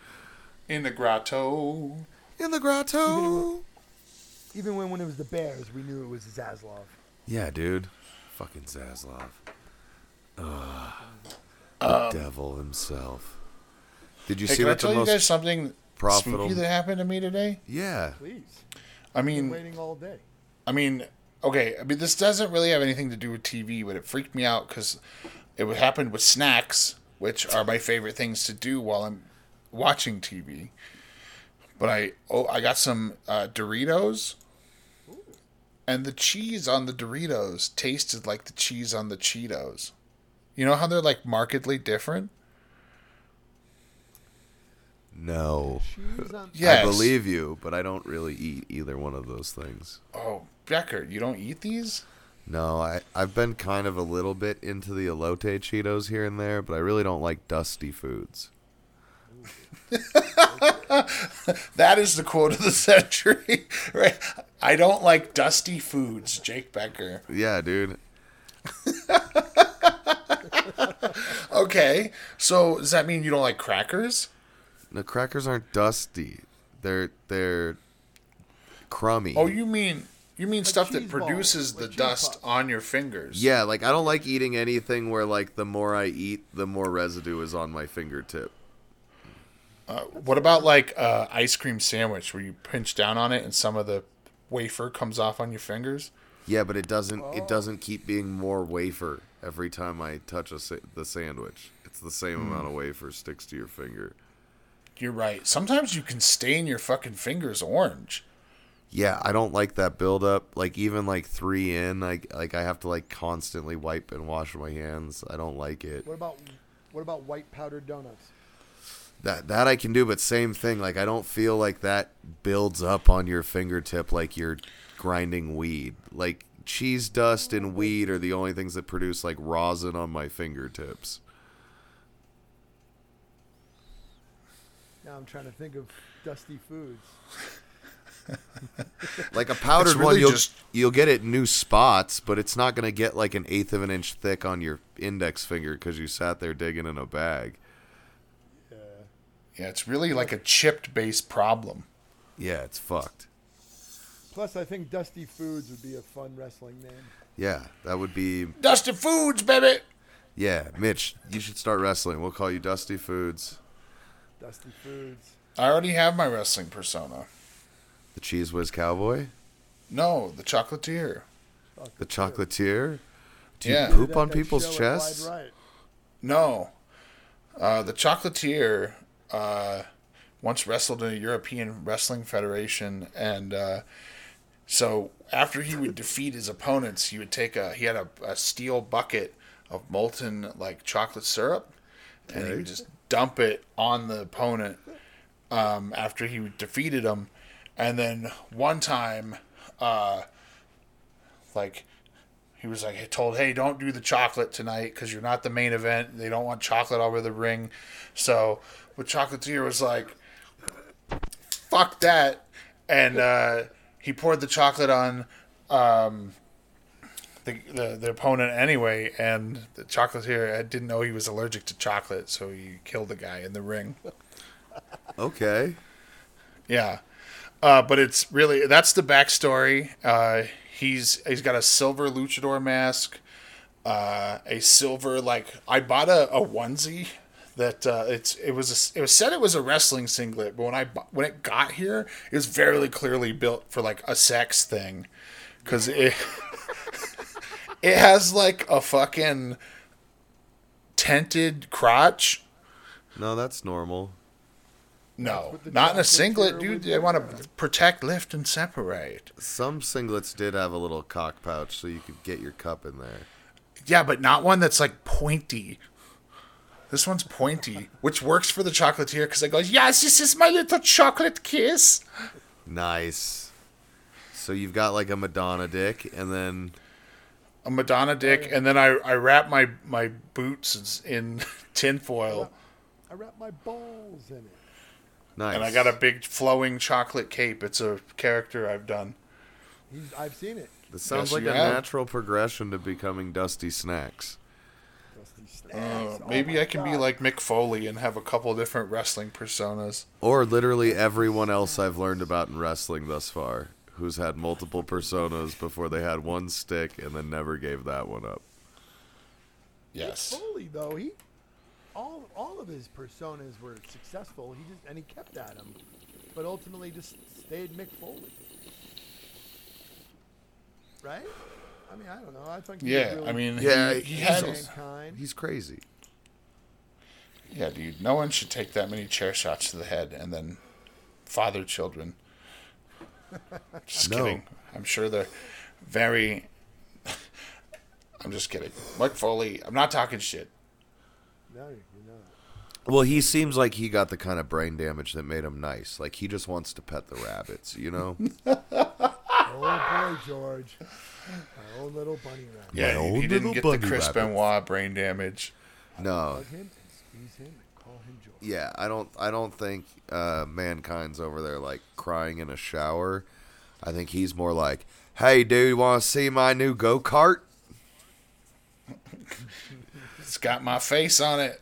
In the grotto.
In the grotto.
Even when, when it was the Bears, we knew it was Zaslov.
Yeah, dude. Fucking Zaslav. Ugh. The devil himself. Did you
Um, Hey,
see
can I
what the
tell you
most
guys something
profitable-
spooky that happened to me today?
Yeah.
Please.
I
Been
mean,
waiting all day.
I mean, okay. I mean, this doesn't really have anything to do with TV, but it freaked me out because it happened with snacks, which are my favorite things to do while I'm watching TV. But I oh, I got some uh, Doritos, and the cheese on the Doritos tasted like the cheese on the Cheetos. You know how they're like markedly different?
No.
Cheese on
Yes.
I believe you, but I don't really eat either one of those things.
Oh, Becker, you don't eat these?
No, I, I've been kind of a little bit into the elote Cheetos here and there, but I really don't like dusty foods.
That is the quote of the *laughs* century, right? I don't like dusty foods, Jake Becker.
Yeah, dude.
Okay, so does that mean you don't like crackers?
No, crackers aren't dusty. They're they're crummy.
Oh, you mean you mean stuff that
cheese balls,
produces
like
the
cheese
dust
puffs.
on your fingers?
yeah, like I don't like eating anything where like the more I eat, the more residue is on my fingertip.
What about like uh, ice cream sandwich where you pinch down on it and some of the wafer comes off on your fingers?
Yeah, but it doesn't
Oh.
it doesn't keep being more wafer every time I touch a sa- the sandwich. It's the same
Hmm.
amount of wafer sticks to your finger.
You're right. Sometimes you can stain your fucking fingers orange.
Yeah, I don't like that buildup. Like even like three in, like like I have to like constantly wipe and wash my hands. I don't like it.
What about what about white powdered donuts?
That that I can do, but same thing. Like I don't feel like that builds up on your fingertip like you're grinding weed. Like cheese dust and weed are the only things that produce like rosin on my fingertips.
Now I'm trying to think of dusty foods.
Like a powdered one,
really
you'll
just-
you'll get it new spots, but it's not gonna get like an eighth of an inch thick on your index finger because you sat there digging in a bag.
Yeah, it's really like a chipped base problem.
Yeah, it's fucked.
Plus, I think Dusty Foods would be a fun wrestling name.
Yeah, that would be.
Dusty Foods, baby.
Yeah, Mitch, you should start wrestling. We'll call you Dusty Foods,
Dusty Foods.
I already have my wrestling persona.
the Cheese Whiz Cowboy,
No, the chocolatier.
the Chocolatier. Do you
Yeah.
poop
That-
on
that show
people's
at
chests?
Wide Right.
No, uh, the chocolatier uh, once wrestled in a European Wrestling Federation, and uh, so after he would defeat his opponents, he would take a he had a, a steel bucket of molten like chocolate syrup, and he would just dump it on the opponent um, after he defeated him, and then one time, uh, like he was like told hey don't do the chocolate tonight because you're not the main event they don't want chocolate all over the ring so the chocolatier was like fuck that and uh, he poured the chocolate on um, the, the, the opponent anyway and the chocolatier uh, didn't know he was allergic to chocolate so he killed the guy in the ring *laughs*
Okay.
yeah, uh, but it's really that's the backstory. Uh, he's he's got a silver luchador mask, uh, a silver like I bought a, a onesie that uh, it's it was a s it was said it was a wrestling singlet, but when I bu- when it got here, it was very clearly built for like a sex thing, because it *laughs* it has like a fucking tented crotch
No, that's normal.
no,
the
not in a
chocolatier
singlet,
would
dude.
do,
They want to protect, lift, and separate.
Some singlets did have a little cock pouch so you could get your cup in there.
Yeah, but not one that's like pointy. This one's pointy, which works for the chocolatier because I go, yes, this is my little chocolate kiss.
Nice. So you've got like a Madonna dick, and then
A Madonna dick, and then I, I wrap my, my boots in, *laughs* in tinfoil,
I wrap my balls in it.
nice.
and I got a big flowing chocolate cape. It's a character I've done.
He's, I've seen it.
This sounds
Yes,
like
you
a
have.
natural progression to becoming Dusty Snacks.
Dusty Snacks. Oh
Uh, Maybe
my
I can be
God.
like Mick Foley and have a couple different wrestling personas.
Or literally everyone else I've learned about in wrestling thus far, who's had multiple personas before they had one stick and then never gave that one up.
Yes.
Foley though he, all all of his personas were successful. He just and he kept at him, but ultimately just stayed Mick Foley. Right? I mean, I don't know. I think. he
Yeah,
really
I mean,
Yeah,
he, he
he's
had.
also-
mankind.
He's crazy.
Yeah, dude. No one should take that many chair shots to the head and then father children. *laughs* Just
No.
kidding. I'm sure they're very. I'm just kidding. Mike Foley. I'm not talking shit.
No, you're not.
Well, he seems like he got the kind of brain damage that made him nice. Like he just wants to pet the rabbits, you *laughs* know?
Oh boy, George, my own little bunny rabbit.
Yeah,
old
he, he didn't
little
get the
bunny
Chris
rabbit.
Benoit brain damage.
no.
Hug him and squeeze him and call him George.
Yeah, I don't I don't think uh mankind's over there like crying in a shower. I think he's more like, "Hey dude, you want to see my new go-kart?"
It's got my face on it.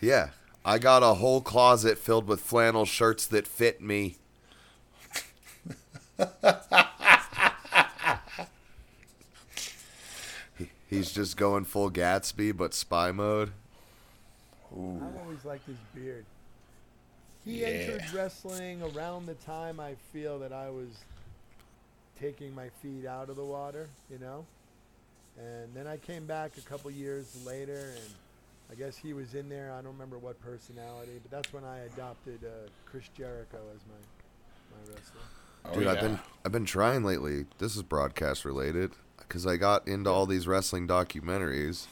Yeah. I got a whole closet filled with flannel shirts that fit me. He- He's just going full Gatsby, but spy mode.
I've always liked his beard. He
Yeah.
entered wrestling around the time I feel that I was taking my feet out of the water, you know? And then I came back a couple years later, and I guess he was in there. I don't remember what personality, but that's when I adopted uh, Chris Jericho as my, my wrestler.
Oh,
Dude,
yeah.
I've been I've been trying lately. This is broadcast related because I got into all these wrestling documentaries,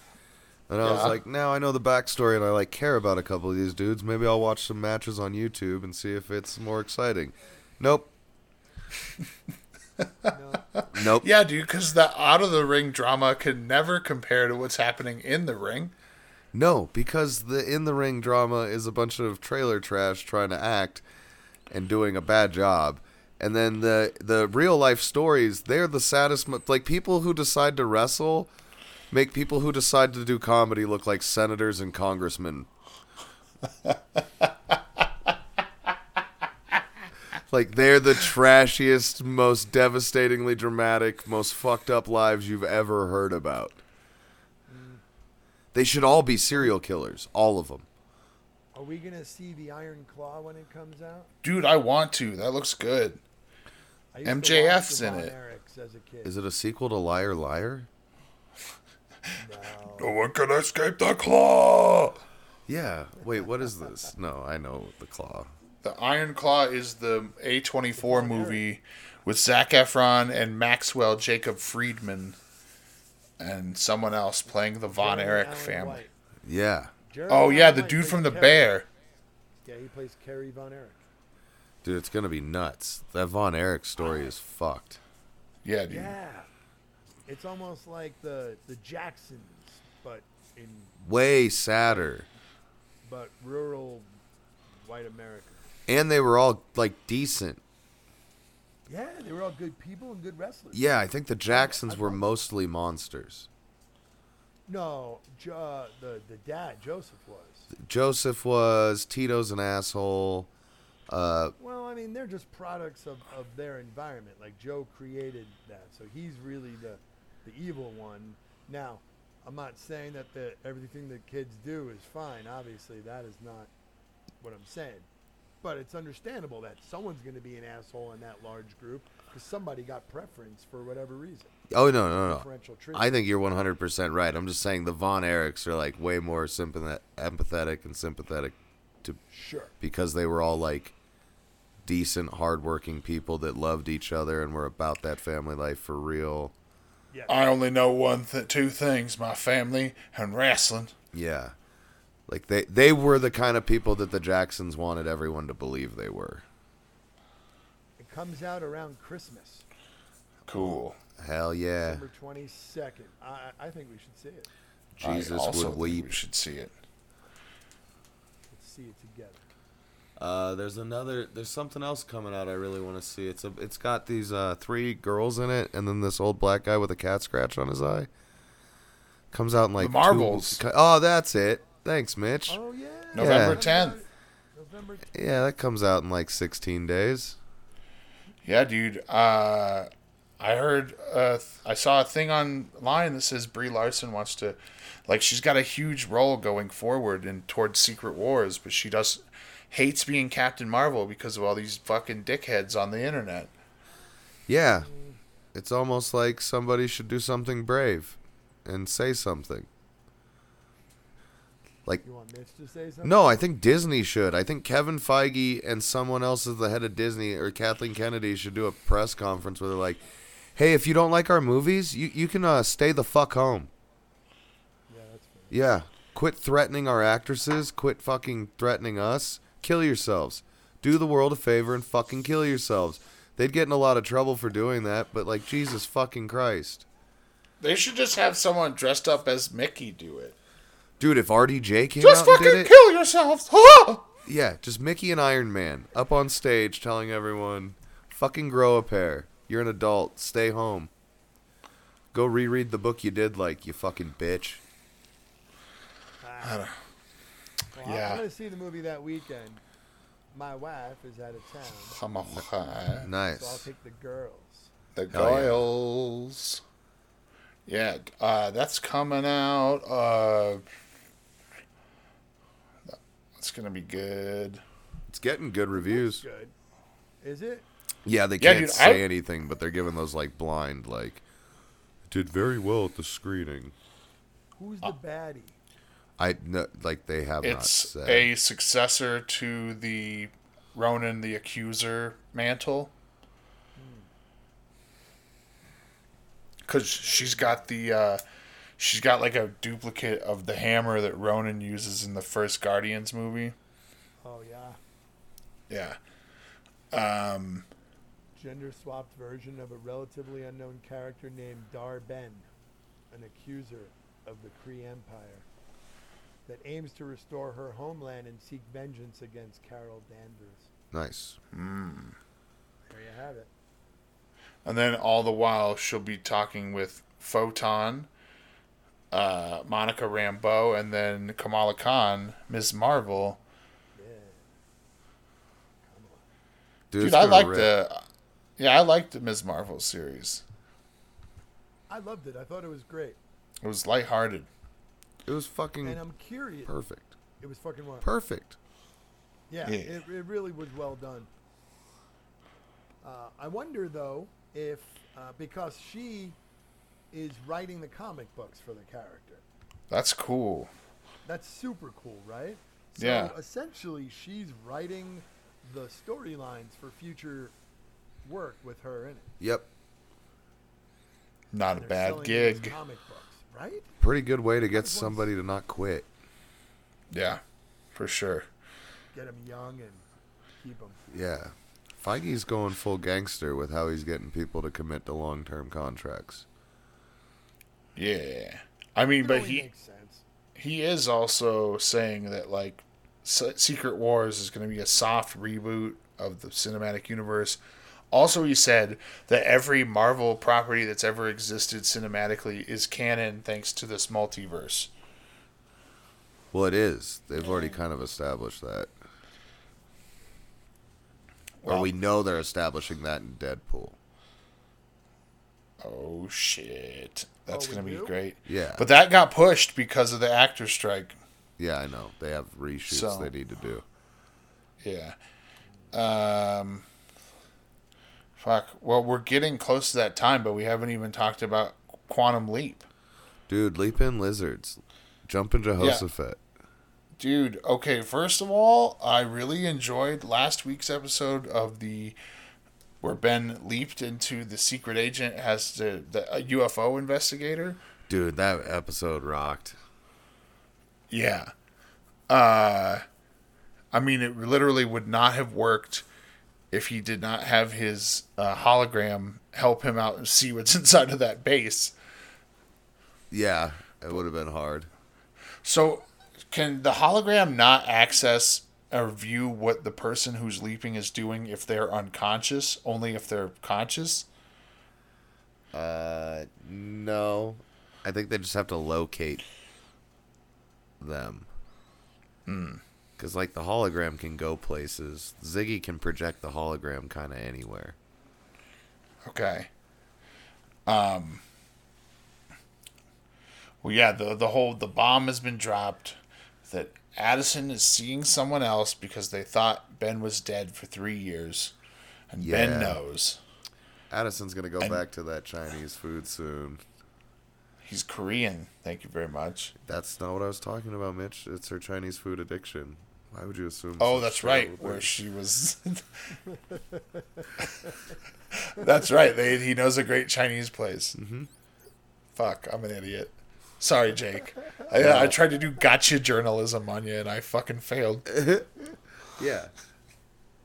and I was
Yeah.
like, now I know the backstory and I like care about a couple of these dudes. Maybe I'll watch some matches on YouTube and see if it's more exciting. Nope,
No,
nope.
Yeah, dude, because the out of the ring drama can never compare to what's happening in the ring.
No, because the in the ring drama is a bunch of trailer trash trying to act and doing a bad job, And then the the real life stories, they're the saddest. Mo- like people who decide to wrestle, make people who decide to do comedy look like senators and congressmen. like they're the trashiest, most devastatingly dramatic, most fucked up lives you've ever heard about. They should all be serial killers, all of them.
Are we gonna see the Iron Claw when it comes out?
Dude, I want to. That looks good.
I used to watch
MJF's in
Devon
it.
Eric's as a kid.
Is it a sequel to Liar Liar?
No one can escape the claw.
Yeah. Wait, what is this? No, I know the claw.
The Iron Claw is the A24 movie with Zach Efron and Maxwell Jacob Friedman and someone else playing the Von
Jeremy
Erich
Allen
family.
White.
Yeah.
Jeremy
Oh, yeah,
Allen
the
White
dude
plays
from The
Kerry.
Bear.
Yeah, he plays Kerry Von Erich.
Dude, it's going to be nuts. That Von Erich story is fucked.
Yeah, dude.
Yeah, it's almost like the the Jacksons, but in
Way sadder.
but rural white America.
And they were all like decent.
Yeah, they were all good people and good wrestlers.
Yeah, I think the Jacksons were mostly monsters.
No, Jo- uh, the the dad Joseph was.
Joseph was, Tito's an asshole. Uh,
Well, I mean, they're just products of, of their environment. Like Joe created that, so he's really the the evil one. Now, I'm not saying that the, everything that kids do is fine. Obviously, that is not what I'm saying. But it's understandable that someone's going to be an asshole in that large group because somebody got preference for whatever reason.
oh, no, no, no.
Preferential treatment.
I think you're 100% right. I'm just saying the Von Erichs are like way more sympath- empathetic and sympathetic to
sure.
because they were all like decent, hardworking people that loved each other and were about that family life for real.
Yeah.
I only know one th- two things, my family and wrestling.
Yeah. Like they they were the kind of people that the Jacksons wanted everyone to believe they were.
it comes out around Christmas,
Cool.
Hell yeah.
December 22nd. I, I I think we should see it.
I
Jesus
also
would
think
weep.
We should see it.
Let's see it together.
Uh, there's another there's something else coming out I really want to see. It's a it's got these uh, three girls in it and then this old black guy with a cat scratch on his eye. Comes out in like two-
Marvels.
oh, that's it. Thanks, Mitch.
Oh yeah.
November
Yeah.
10th.
November
Yeah, that comes out in like 16 days.
Yeah, dude. Uh, I heard. Uh, th- I saw a thing online that says Brie Larson wants to, like, she's got a huge role going forward and towards Secret Wars, but she does hates being Captain Marvel because of all these fucking dickheads on the internet.
Yeah. It's almost like somebody should do something brave and say something. Like
You want Mitch to say something?
no, I think Disney should. I think Kevin Feige and someone else as the head of Disney or Kathleen Kennedy should do a press conference where they're like, "Hey, if you don't like our movies, you you can uh, stay the fuck home."
Yeah, that's fair.
Yeah. Quit threatening our actresses. Quit fucking threatening us. Kill yourselves. Do the world a favor and fucking kill yourselves. They'd get in a lot of trouble for doing that, but like, Jesus fucking Christ.
They should just have someone dressed up as Mickey do it.
Dude, if RDJ came
Just
out and did
fucking
it,
kill yourselves.
yeah, just Mickey and Iron Man up on stage telling everyone, fucking grow a pair. You're an adult. Stay home. Go reread the book you did like, you fucking bitch.
Well,
Yeah.
I'm gonna see the movie that weekend. My wife is out of town,
Come on.
so I'll
Nice.
take the girls.
The
Hell yeah.
Goyles. Yeah, uh, that's coming out. Uh, that's gonna be good.
It's getting good reviews.
Good. Is it?
Yeah, they
Yeah,
can't
dude,
say
I-
anything, but they're giving those like blind like did very well at the screening.
Who's the baddie?
I no, like they have
It's
not said.
a successor to the Ronan the Accuser mantle. Cause she's got the uh, she's got like a duplicate of the hammer that Ronan uses in the first Guardians movie.
Oh yeah,
Yeah.
gender swapped version of a relatively unknown character named Dar Ben, an accuser of the Kree Empire, that aims to restore her homeland and seek vengeance against Carol Danvers.
nice.
There you have it.
And then all the while, she'll be talking with Photon, uh, Monica Rambeau, and then Kamala Khan, Ms. Marvel. Dude,
it's
I
gonna
like
rip.
the. Yeah, I liked the Ms. Marvel series.
I loved it. I thought it was great.
It was lighthearted.
It was fucking
And um, I'm curious.
perfect.
It was fucking what?
Perfect.
Yeah,
Yeah.
It, it really was well done. Uh, I wonder though if uh, because she is writing the comic books for the character.
That's cool.
That's super cool, right? So uh,
Yeah.
essentially she's writing the storylines for future work with her in it.
Yep.
Not a
They're
bad
selling it as
gig.
Comic books, right?
Pretty good way to get somebody to not quit.
Yeah, for sure.
Get them young and keep them.
Yeah. Feige's going full gangster with how he's getting people to commit to long term contracts.
Yeah. I mean, but he
makes sense.
he is also saying that like Se- Secret Wars is going to be a soft reboot of the cinematic universe. Also, he said that every Marvel property that's ever existed cinematically is canon thanks to this multiverse.
Well, it is. They've already kind of established that.
Well-
or we know they're establishing that in Deadpool.
Oh shit. That's
Oh, we
going to be
do?
great.
Yeah.
But that got pushed because of the actor strike.
Yeah, I know. They have reshoots
So-
they need to do.
Yeah. Um fuck. Well, we're getting close to that time, but we haven't even talked about Quantum Leap.
Dude, leap in lizards. Jump in Jehoshaphat.
Dude, okay, first of all, I really enjoyed last week's episode of the where Ben leaped into the secret agent as the, the a UFO investigator.
Dude, that episode rocked.
Yeah. Uh I mean it literally would not have worked if he did not have his uh, hologram help him out and see what's *laughs* inside of that base.
Yeah, it would have been hard.
So, can the hologram not access or view what the person who's leaping is doing if they're unconscious? Only if they're conscious?
Uh, no. I think they just have to locate them. Because, like, the hologram can go places. Ziggy can project the hologram kind of anywhere.
Okay. Um. Well, yeah the the whole the bomb has been dropped. That Addison is seeing someone else because they thought Ben was dead for three years, and
Yeah.
Ben knows
Addison's going to go back to that Chinese food soon.
he's Korean. Thank you very much.
That's not what I was talking about, Mitch. It's her Chinese food addiction. Why would you assume?
Oh,
such
that's right.
terrible
Where
things?
she *laughs* was. that's right. They, he knows a great Chinese place. Mm-hmm. Fuck, I'm an idiot. Sorry, Jake. I, I tried to do gotcha journalism on you, and I fucking failed.
Yeah.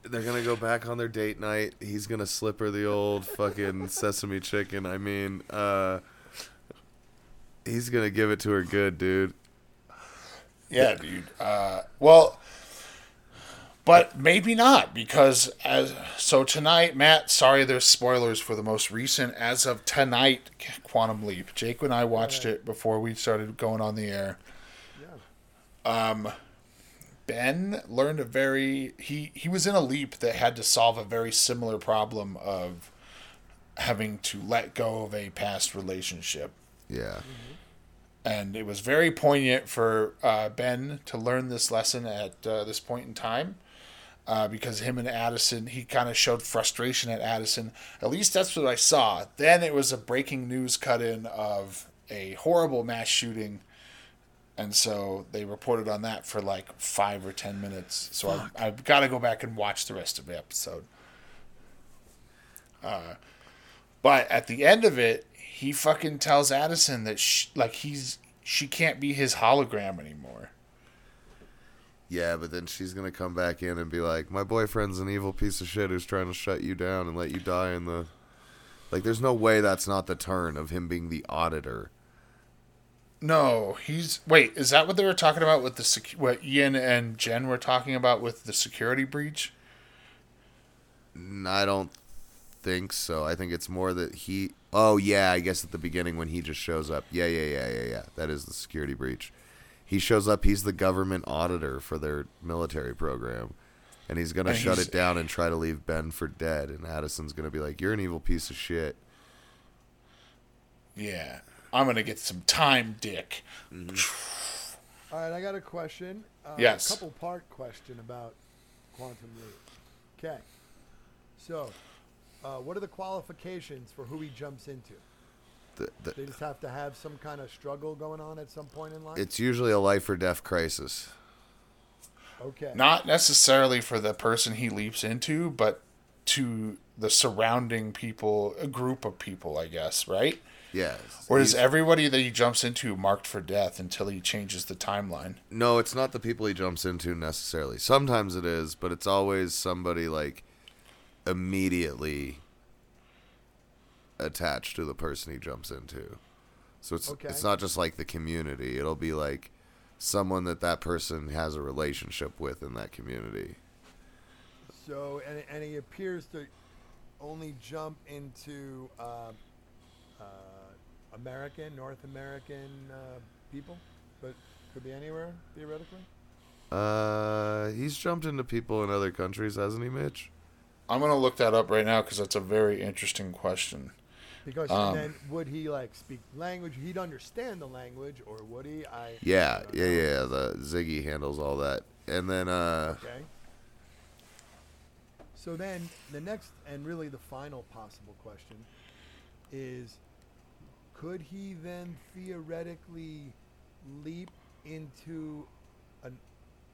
They're gonna go back on their date night. He's gonna slip her the old fucking sesame chicken. I mean, uh He's gonna give it to her good, dude.
Yeah, dude. Uh, well, but maybe not because as so tonight, Matt. Sorry, there's spoilers for the most recent as of tonight, Quantum Leap. Jake and I watched it before we started going on the air. Um, Ben learned a very he he was in a leap that had to solve a very similar problem of having to let go of a past relationship
Yeah.
and it was very poignant for uh, Ben to learn this lesson at uh, this point in time. Uh, because him and Addison, he kind of showed frustration at Addison. At least that's what I saw. Then it was a breaking news cut in of a horrible mass shooting, and so they reported on that for like five or ten minutes. So I, I've got to go back and watch the rest of the episode. But at the end of it, he fucking tells Addison that sh like he's she can't be his hologram anymore.
Yeah, but then she's gonna come back in and be like, My boyfriend's an evil piece of shit who's trying to shut you down and let you die in the Like there's no way that's not the turn of him being the auditor.
No, he's wait. Is that what they were talking about with the sec- what Ian and Jen were talking about with the security breach?
And I don't think so. I think it's more that he. Oh yeah, I guess at the beginning when he just shows up. Yeah, yeah, yeah, yeah, yeah. That is the security breach. He shows up. He's the government auditor for their military program, and he's gonna
And
shut
he's-
it down and try to leave Ben for dead. And Addison's gonna be like, "You're an evil piece of shit."
Yeah. I'm going to get some time, Dick.
All right, I got a question. Uh,
Yes.
A couple part question about Quantum Leap. Okay. So, uh, what are the qualifications for who he jumps into?
The, the,
They just have to have some kind of struggle going on at some point in life?
it's usually a life or death crisis.
okay.
Not necessarily for the person he leaps into, but to the surrounding people, a group of people, I guess, right?
Yes.
Or is
He's-
everybody that he jumps into marked for death until he changes the timeline?
No, it's not the people he jumps into necessarily. Sometimes it is, but it's always somebody like immediately attached to the person he jumps into. So it's
Okay.
it's not just like the community. It'll be like someone that that person has a relationship with in that community.
So, and, and he appears to only jump into uh, uh, American, North American uh, people, but could be anywhere theoretically.
Uh, he's jumped into people in other countries, hasn't he, Mitch?
I'm going to look that up right now because that's a very interesting question.
Because
Um,
then would he like speak language? He'd understand the language, or would he? I
Yeah, yeah, yeah. The Ziggy handles all that, and then uh,
Okay. So then the next and really the final possible question is could he then theoretically leap into an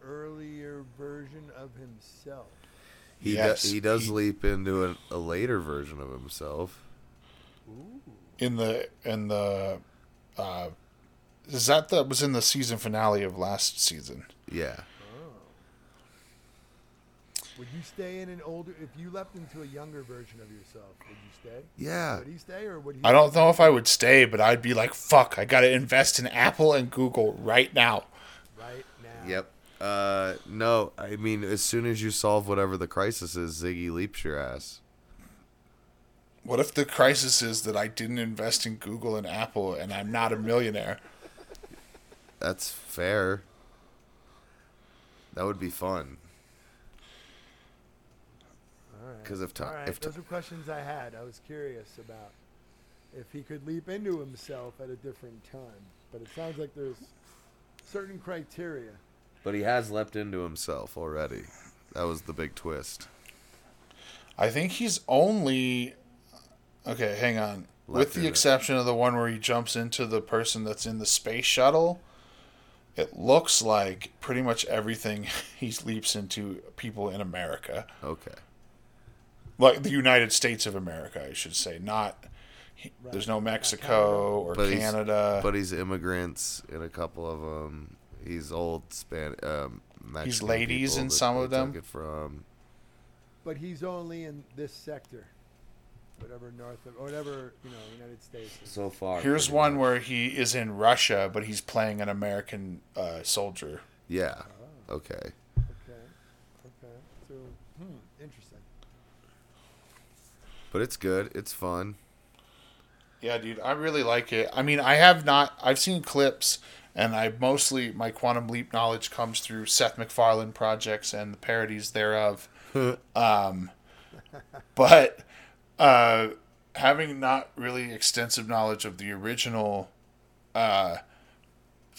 earlier version of himself?
he
Yes,
do- he does
he-
leap into a, a later version of himself.
in the in the uh is that that was in the season finale of last season
Yeah.
Would you stay in an older if you leapt into a younger version of yourself, would you stay?
Yeah.
Would he stay or would he
i don't know if i would stay but i'd be like fuck i gotta invest in apple and google right now
right now?
Yep. Uh, no, I mean, as soon as you solve whatever the crisis is, Ziggy leaps your ass.
what if the crisis is that i didn't invest in google and apple and i'm not a millionaire
That's fair. That would be fun. Because if time,
All right,
if ti-
those are questions I had. I was curious about if he could leap into himself at a different time, but it sounds like there's certain criteria.
but he has leapt into himself already. That was the big twist.
i think he's only okay hang on with
Left in
the
it.
exception of the one where he jumps into the person that's in the space shuttle it looks like pretty much everything *laughs* he leaps into people in america
Okay.
like the United States of America, I should say. Not he- there's no Mexico or
But he's-
Canada.
But he's immigrants in a couple of them. He's old Span. Um, Mexican
ladies
people
in
that
some of
they took
them?
it from.
But he's only in this sector, whatever North of, or whatever you know, United States. Is.
So far.
Here's
pretty
one
much.
where he is in Russia, but he's playing an American uh, soldier.
Yeah. Okay.
Okay, okay. So, hmm, interesting.
But it's good. It's fun.
Yeah, dude, I really like it. I mean, I have not. I've seen clips, and I mostly my quantum leap knowledge comes through Seth MacFarlane projects and the parodies thereof. um, but uh, having not really extensive knowledge of the original uh,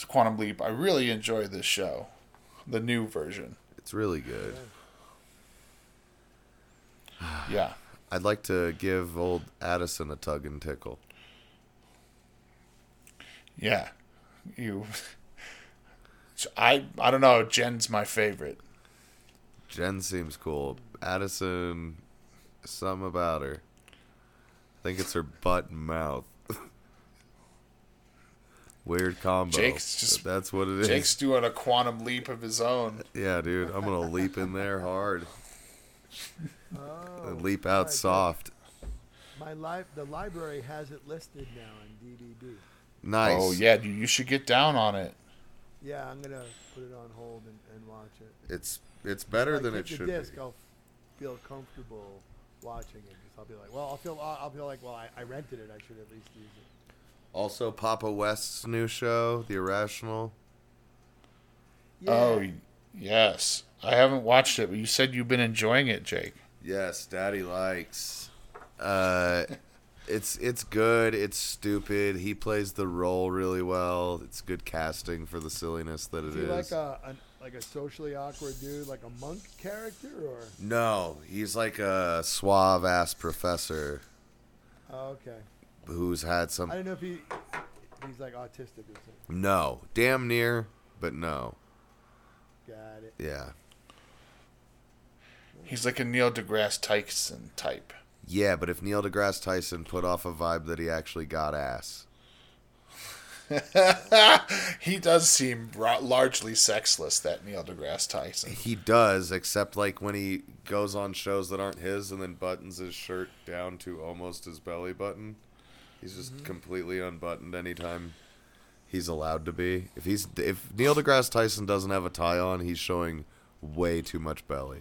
quantum leap, I really enjoy this show, the new version.
It's really good.
Yeah,
I'd like to give old Addison a tug and tickle.
yeah, you. *laughs* I I don't know. Jen's my favorite.
Jen seems cool. Addison, something about her. I think it's her butt and mouth. *laughs* Weird combo.
Jake's just-
That's what it is.
Jake's doing a quantum leap of his own.
Yeah, dude, I'm gonna leap in there hard.
Oh,
and leap out
alright,
soft.
My life, the library has it listed now in DDD.
Nice.
Oh yeah, dude, you should get down on it.
Yeah, I'm gonna put it on hold and, and watch it.
It's it's better
Like,
than
hit
it
the
should
disc,
be.
I'll feel comfortable watching it because I'll be like, well, I'll feel I'll I'll feel like, well, I, I rented it. I should at least use it.
Also, Papa West's new show, The Irrational.
Oh, y- yes. I haven't watched it, but you said you've been enjoying it, Jake.
Yes, Daddy likes. Uh, it's it's good. It's stupid. He plays the role really well. It's good casting for the silliness that it is.
Is he like uh, a an, like a socially awkward dude, like a monk character, or
no, he's like a suave ass professor
oh, okay?
who's had
I
some.
don't know if he he's like autistic or something.
No, damn near, but no.
Got it.
Yeah,
He's like a Neil deGrasse Tyson *laughs* type.
yeah. But if Neil deGrasse Tyson put off a vibe that he actually got ass.
he does seem ra- largely sexless, that Neil deGrasse Tyson.
He does, except like when he goes on shows that aren't his and then buttons his shirt down to almost his belly button. He's just completely unbuttoned anytime he's allowed to be. If he's if Neil deGrasse Tyson doesn't have a tie on, he's showing way too much belly.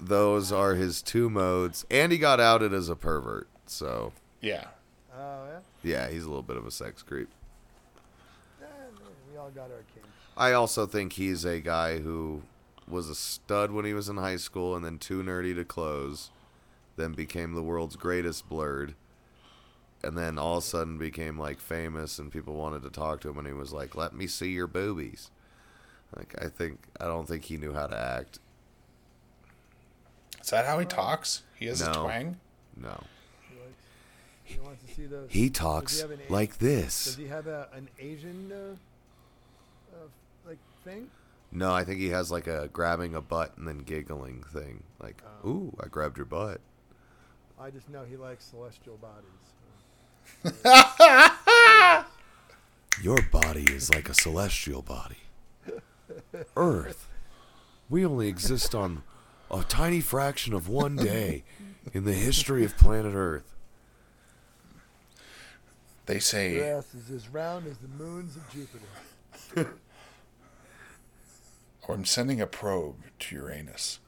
Those are his two modes, and he got outed as a pervert. So
Yeah.
Oh yeah.
yeah, he's a little bit of a sex creep.
Eh, we all got our kinks.
I also think he's a guy who was a stud when he was in high school and then too nerdy to close, then became the world's greatest blurred, and then all of a sudden became like famous and people wanted to talk to him and he was like, "Let me see your boobies." Like I think I don't think he knew how to act.
Is that how he talks? He has
No.
a twang?
No.
He, likes, he wants to see those.
He
does
talks
have an A-
like
Does
this.
he have a, an Asian uh, uh, like thing?
No, I think he has like a grabbing a butt and then giggling thing. Like,
Oh.
"Ooh, I grabbed your butt."
I just know he likes celestial bodies.
Your body is like a celestial body. Earth. We only exist on a tiny fraction of one day in the history of planet Earth.
They say,
Your ass is as round as the moons of Jupiter.
or I'm sending a probe to Uranus.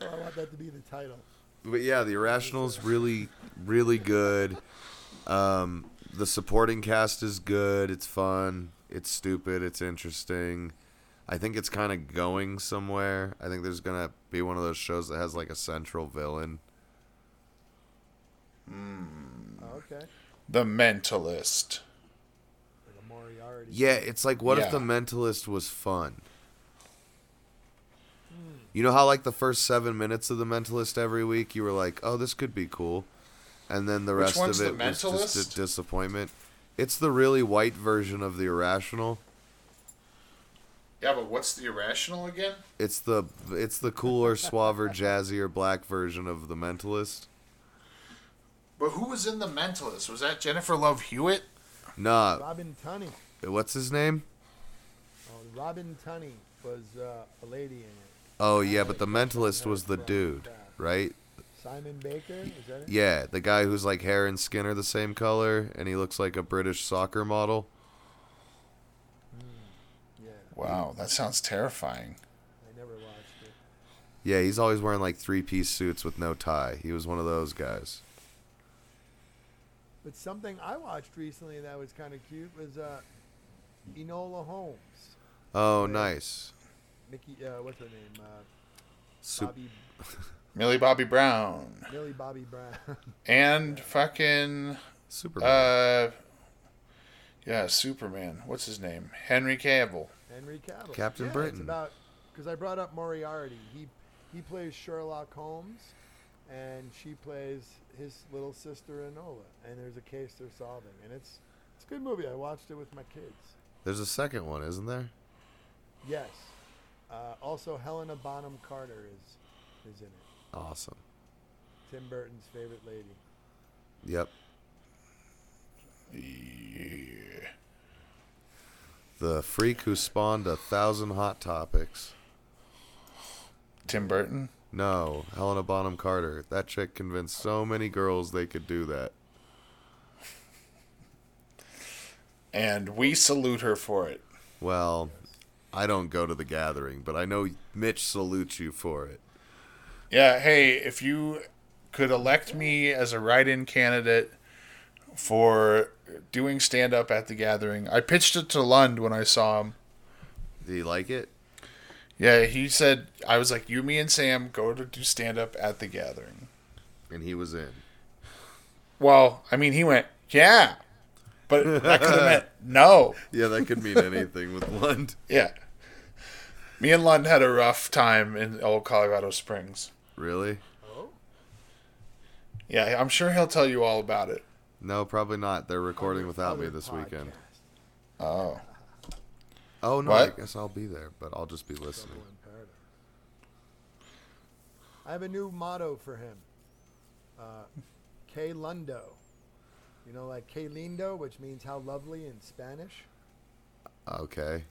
Oh, I want that to be the title.
But yeah, the Irrational's really, really good. Um, the supporting cast is good. It's fun. It's stupid. It's interesting. I think it's kind of going somewhere. I think there's gonna be one of those shows that has like a central villain.
Oh, okay. Like
The Mentalist.
a Moriarty.
Yeah, it's like what if
Yeah.
the Mentalist was fun? You know how like the first seven minutes of the Mentalist every week, you were like, "Oh, this could be cool," and then the
Which
rest
one's
of
The
it was just
Mentalist?
a disappointment. It's the really white version of the irrational.
Yeah, but what's the irrational again?
It's the it's
*laughs*
the cooler, suaver, jazzier, black version of the Mentalist.
But who was in The Mentalist? Was that Jennifer Love Hewitt?
Nah,
Robin Tunney.
what's his name?
Oh, Robin Tunney was uh, a lady in it.
Oh yeah, but the Mentalist was the dude, right?
Simon Baker. Is that it?
Yeah, the guy whose like hair and skin are the same color, and he looks like a British soccer model.
Yeah.
Wow, that sounds terrifying.
I never watched it.
Yeah, he's always wearing like three-piece suits with no tie. He was one of those guys.
But something I watched recently that was kind of cute was uh, Enola Holmes.
Oh, nice.
Mickey, uh, what's her name? Uh,
Sup-
Bobby,
Millie Bobby Brown.
Millie Bobby Brown. *laughs*
And fucking
Superman.
Uh, yeah, Superman. What's his name? Henry Cavill.
Henry Cavill.
Captain
yeah,
Britain.
It's about because I brought up Moriarty. He he plays Sherlock Holmes, and she plays his little sister Enola. And there's a case they're solving, and it's it's a good movie. I watched it with my kids.
There's a second one, isn't there?
Yes. Uh, also, Helena Bonham Carter is is in it.
Awesome.
Tim Burton's favorite lady.
Yep.
Yeah.
The freak who spawned a thousand hot topics.
Tim Burton.
No, Helena Bonham Carter. That chick convinced so many girls they could do that.
And we salute her for it.
Well, I don't go to the gathering, but I know Mitch salutes you for it.
Yeah, hey, if you could elect me as a write in candidate for doing stand up at the gathering, I pitched it to Lund when I saw him.
Do you like it?
Yeah, he said, I was like, you, me, and Sam go to do stand up at the gathering.
And he was in.
Well, I mean, he went, yeah. But that could have meant no.
Yeah, that could mean anything with Lund.
Yeah. Me and Lund had a rough time in old Colorado Springs.
Really?
Yeah, I'm sure he'll tell you all about it.
No, probably not. They're recording without me
Other
this weekend.
podcast.
Oh no,
What?
I guess I'll be there, but I'll just be listening.
I have a new motto for him. Uh, *laughs* K Lundo. You know, like K Lindo, which means how lovely in Spanish.
Okay.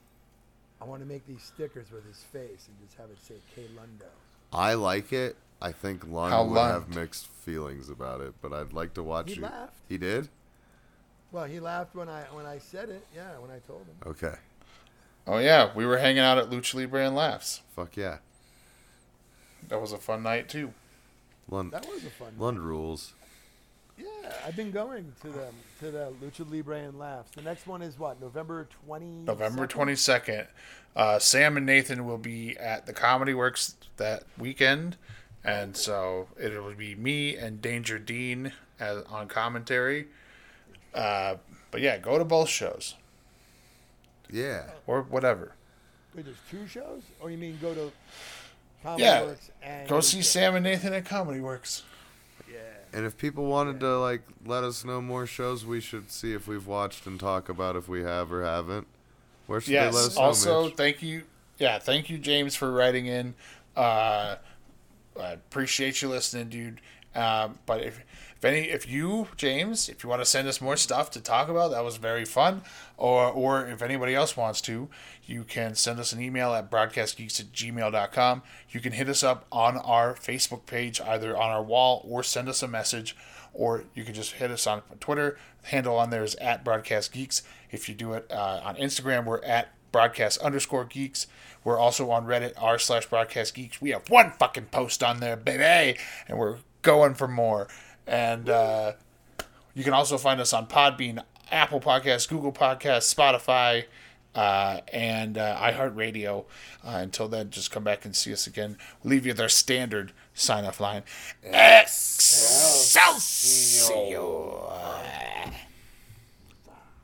I want to make these stickers with his face and just have it say K Lundo.
I like it. I think Lund
How
would
Lund?
have mixed feelings about it, but I'd like to watch
He
you.
laughed.
He did?
Well, he laughed when I when I said it. Yeah, when I told him.
Okay.
Oh, yeah, we were hanging out at Lucha Libre and Laughs.
Fuck yeah.
That was a fun night, too.
Lund
That was a fun.
Lund rules.
Yeah, I've been going to them to the Lucha Libre and laughs. The next one is what November twenty.
November 22nd. Uh, Sam and Nathan will be at the Comedy Works that weekend. And so it will be me and Danger Dean as, on commentary. Uh, but yeah, go to both shows
Yeah.
or whatever.
Wait, there's two shows? Or you mean go to? Comedy
Yeah,
Works and
Go see
Lucha?
Sam and Nathan at Comedy Works.
And if people wanted to like let us know more shows we should see if we've watched and talk about if we have or haven't. Where should they let us
Yes.
know?
Also,
Mitch?
thank you. Yeah, thank you, James, for writing in. Uh, I appreciate you listening, dude. Um, but if if any if you James, if you want to send us more stuff to talk about, that was very fun. Or or if anybody else wants to, you can send us an email at broadcastgeeks at gmail.com. You can hit us up on our Facebook page, either on our wall or send us a message. Or you can just hit us on Twitter. The handle on there is at Broadcast Geeks. If you do it uh, on Instagram, we're at broadcast underscore geeks. We're also on Reddit r slash broadcast geeks. We have one fucking post on there, baby, and we're going for more. And uh, you can also find us on Podbean, Apple Podcasts, Google Podcasts, Spotify, uh, and uh, iHeartRadio. Uh, until then, just come back and see us again. We'll leave you their standard sign off line. Excelsior!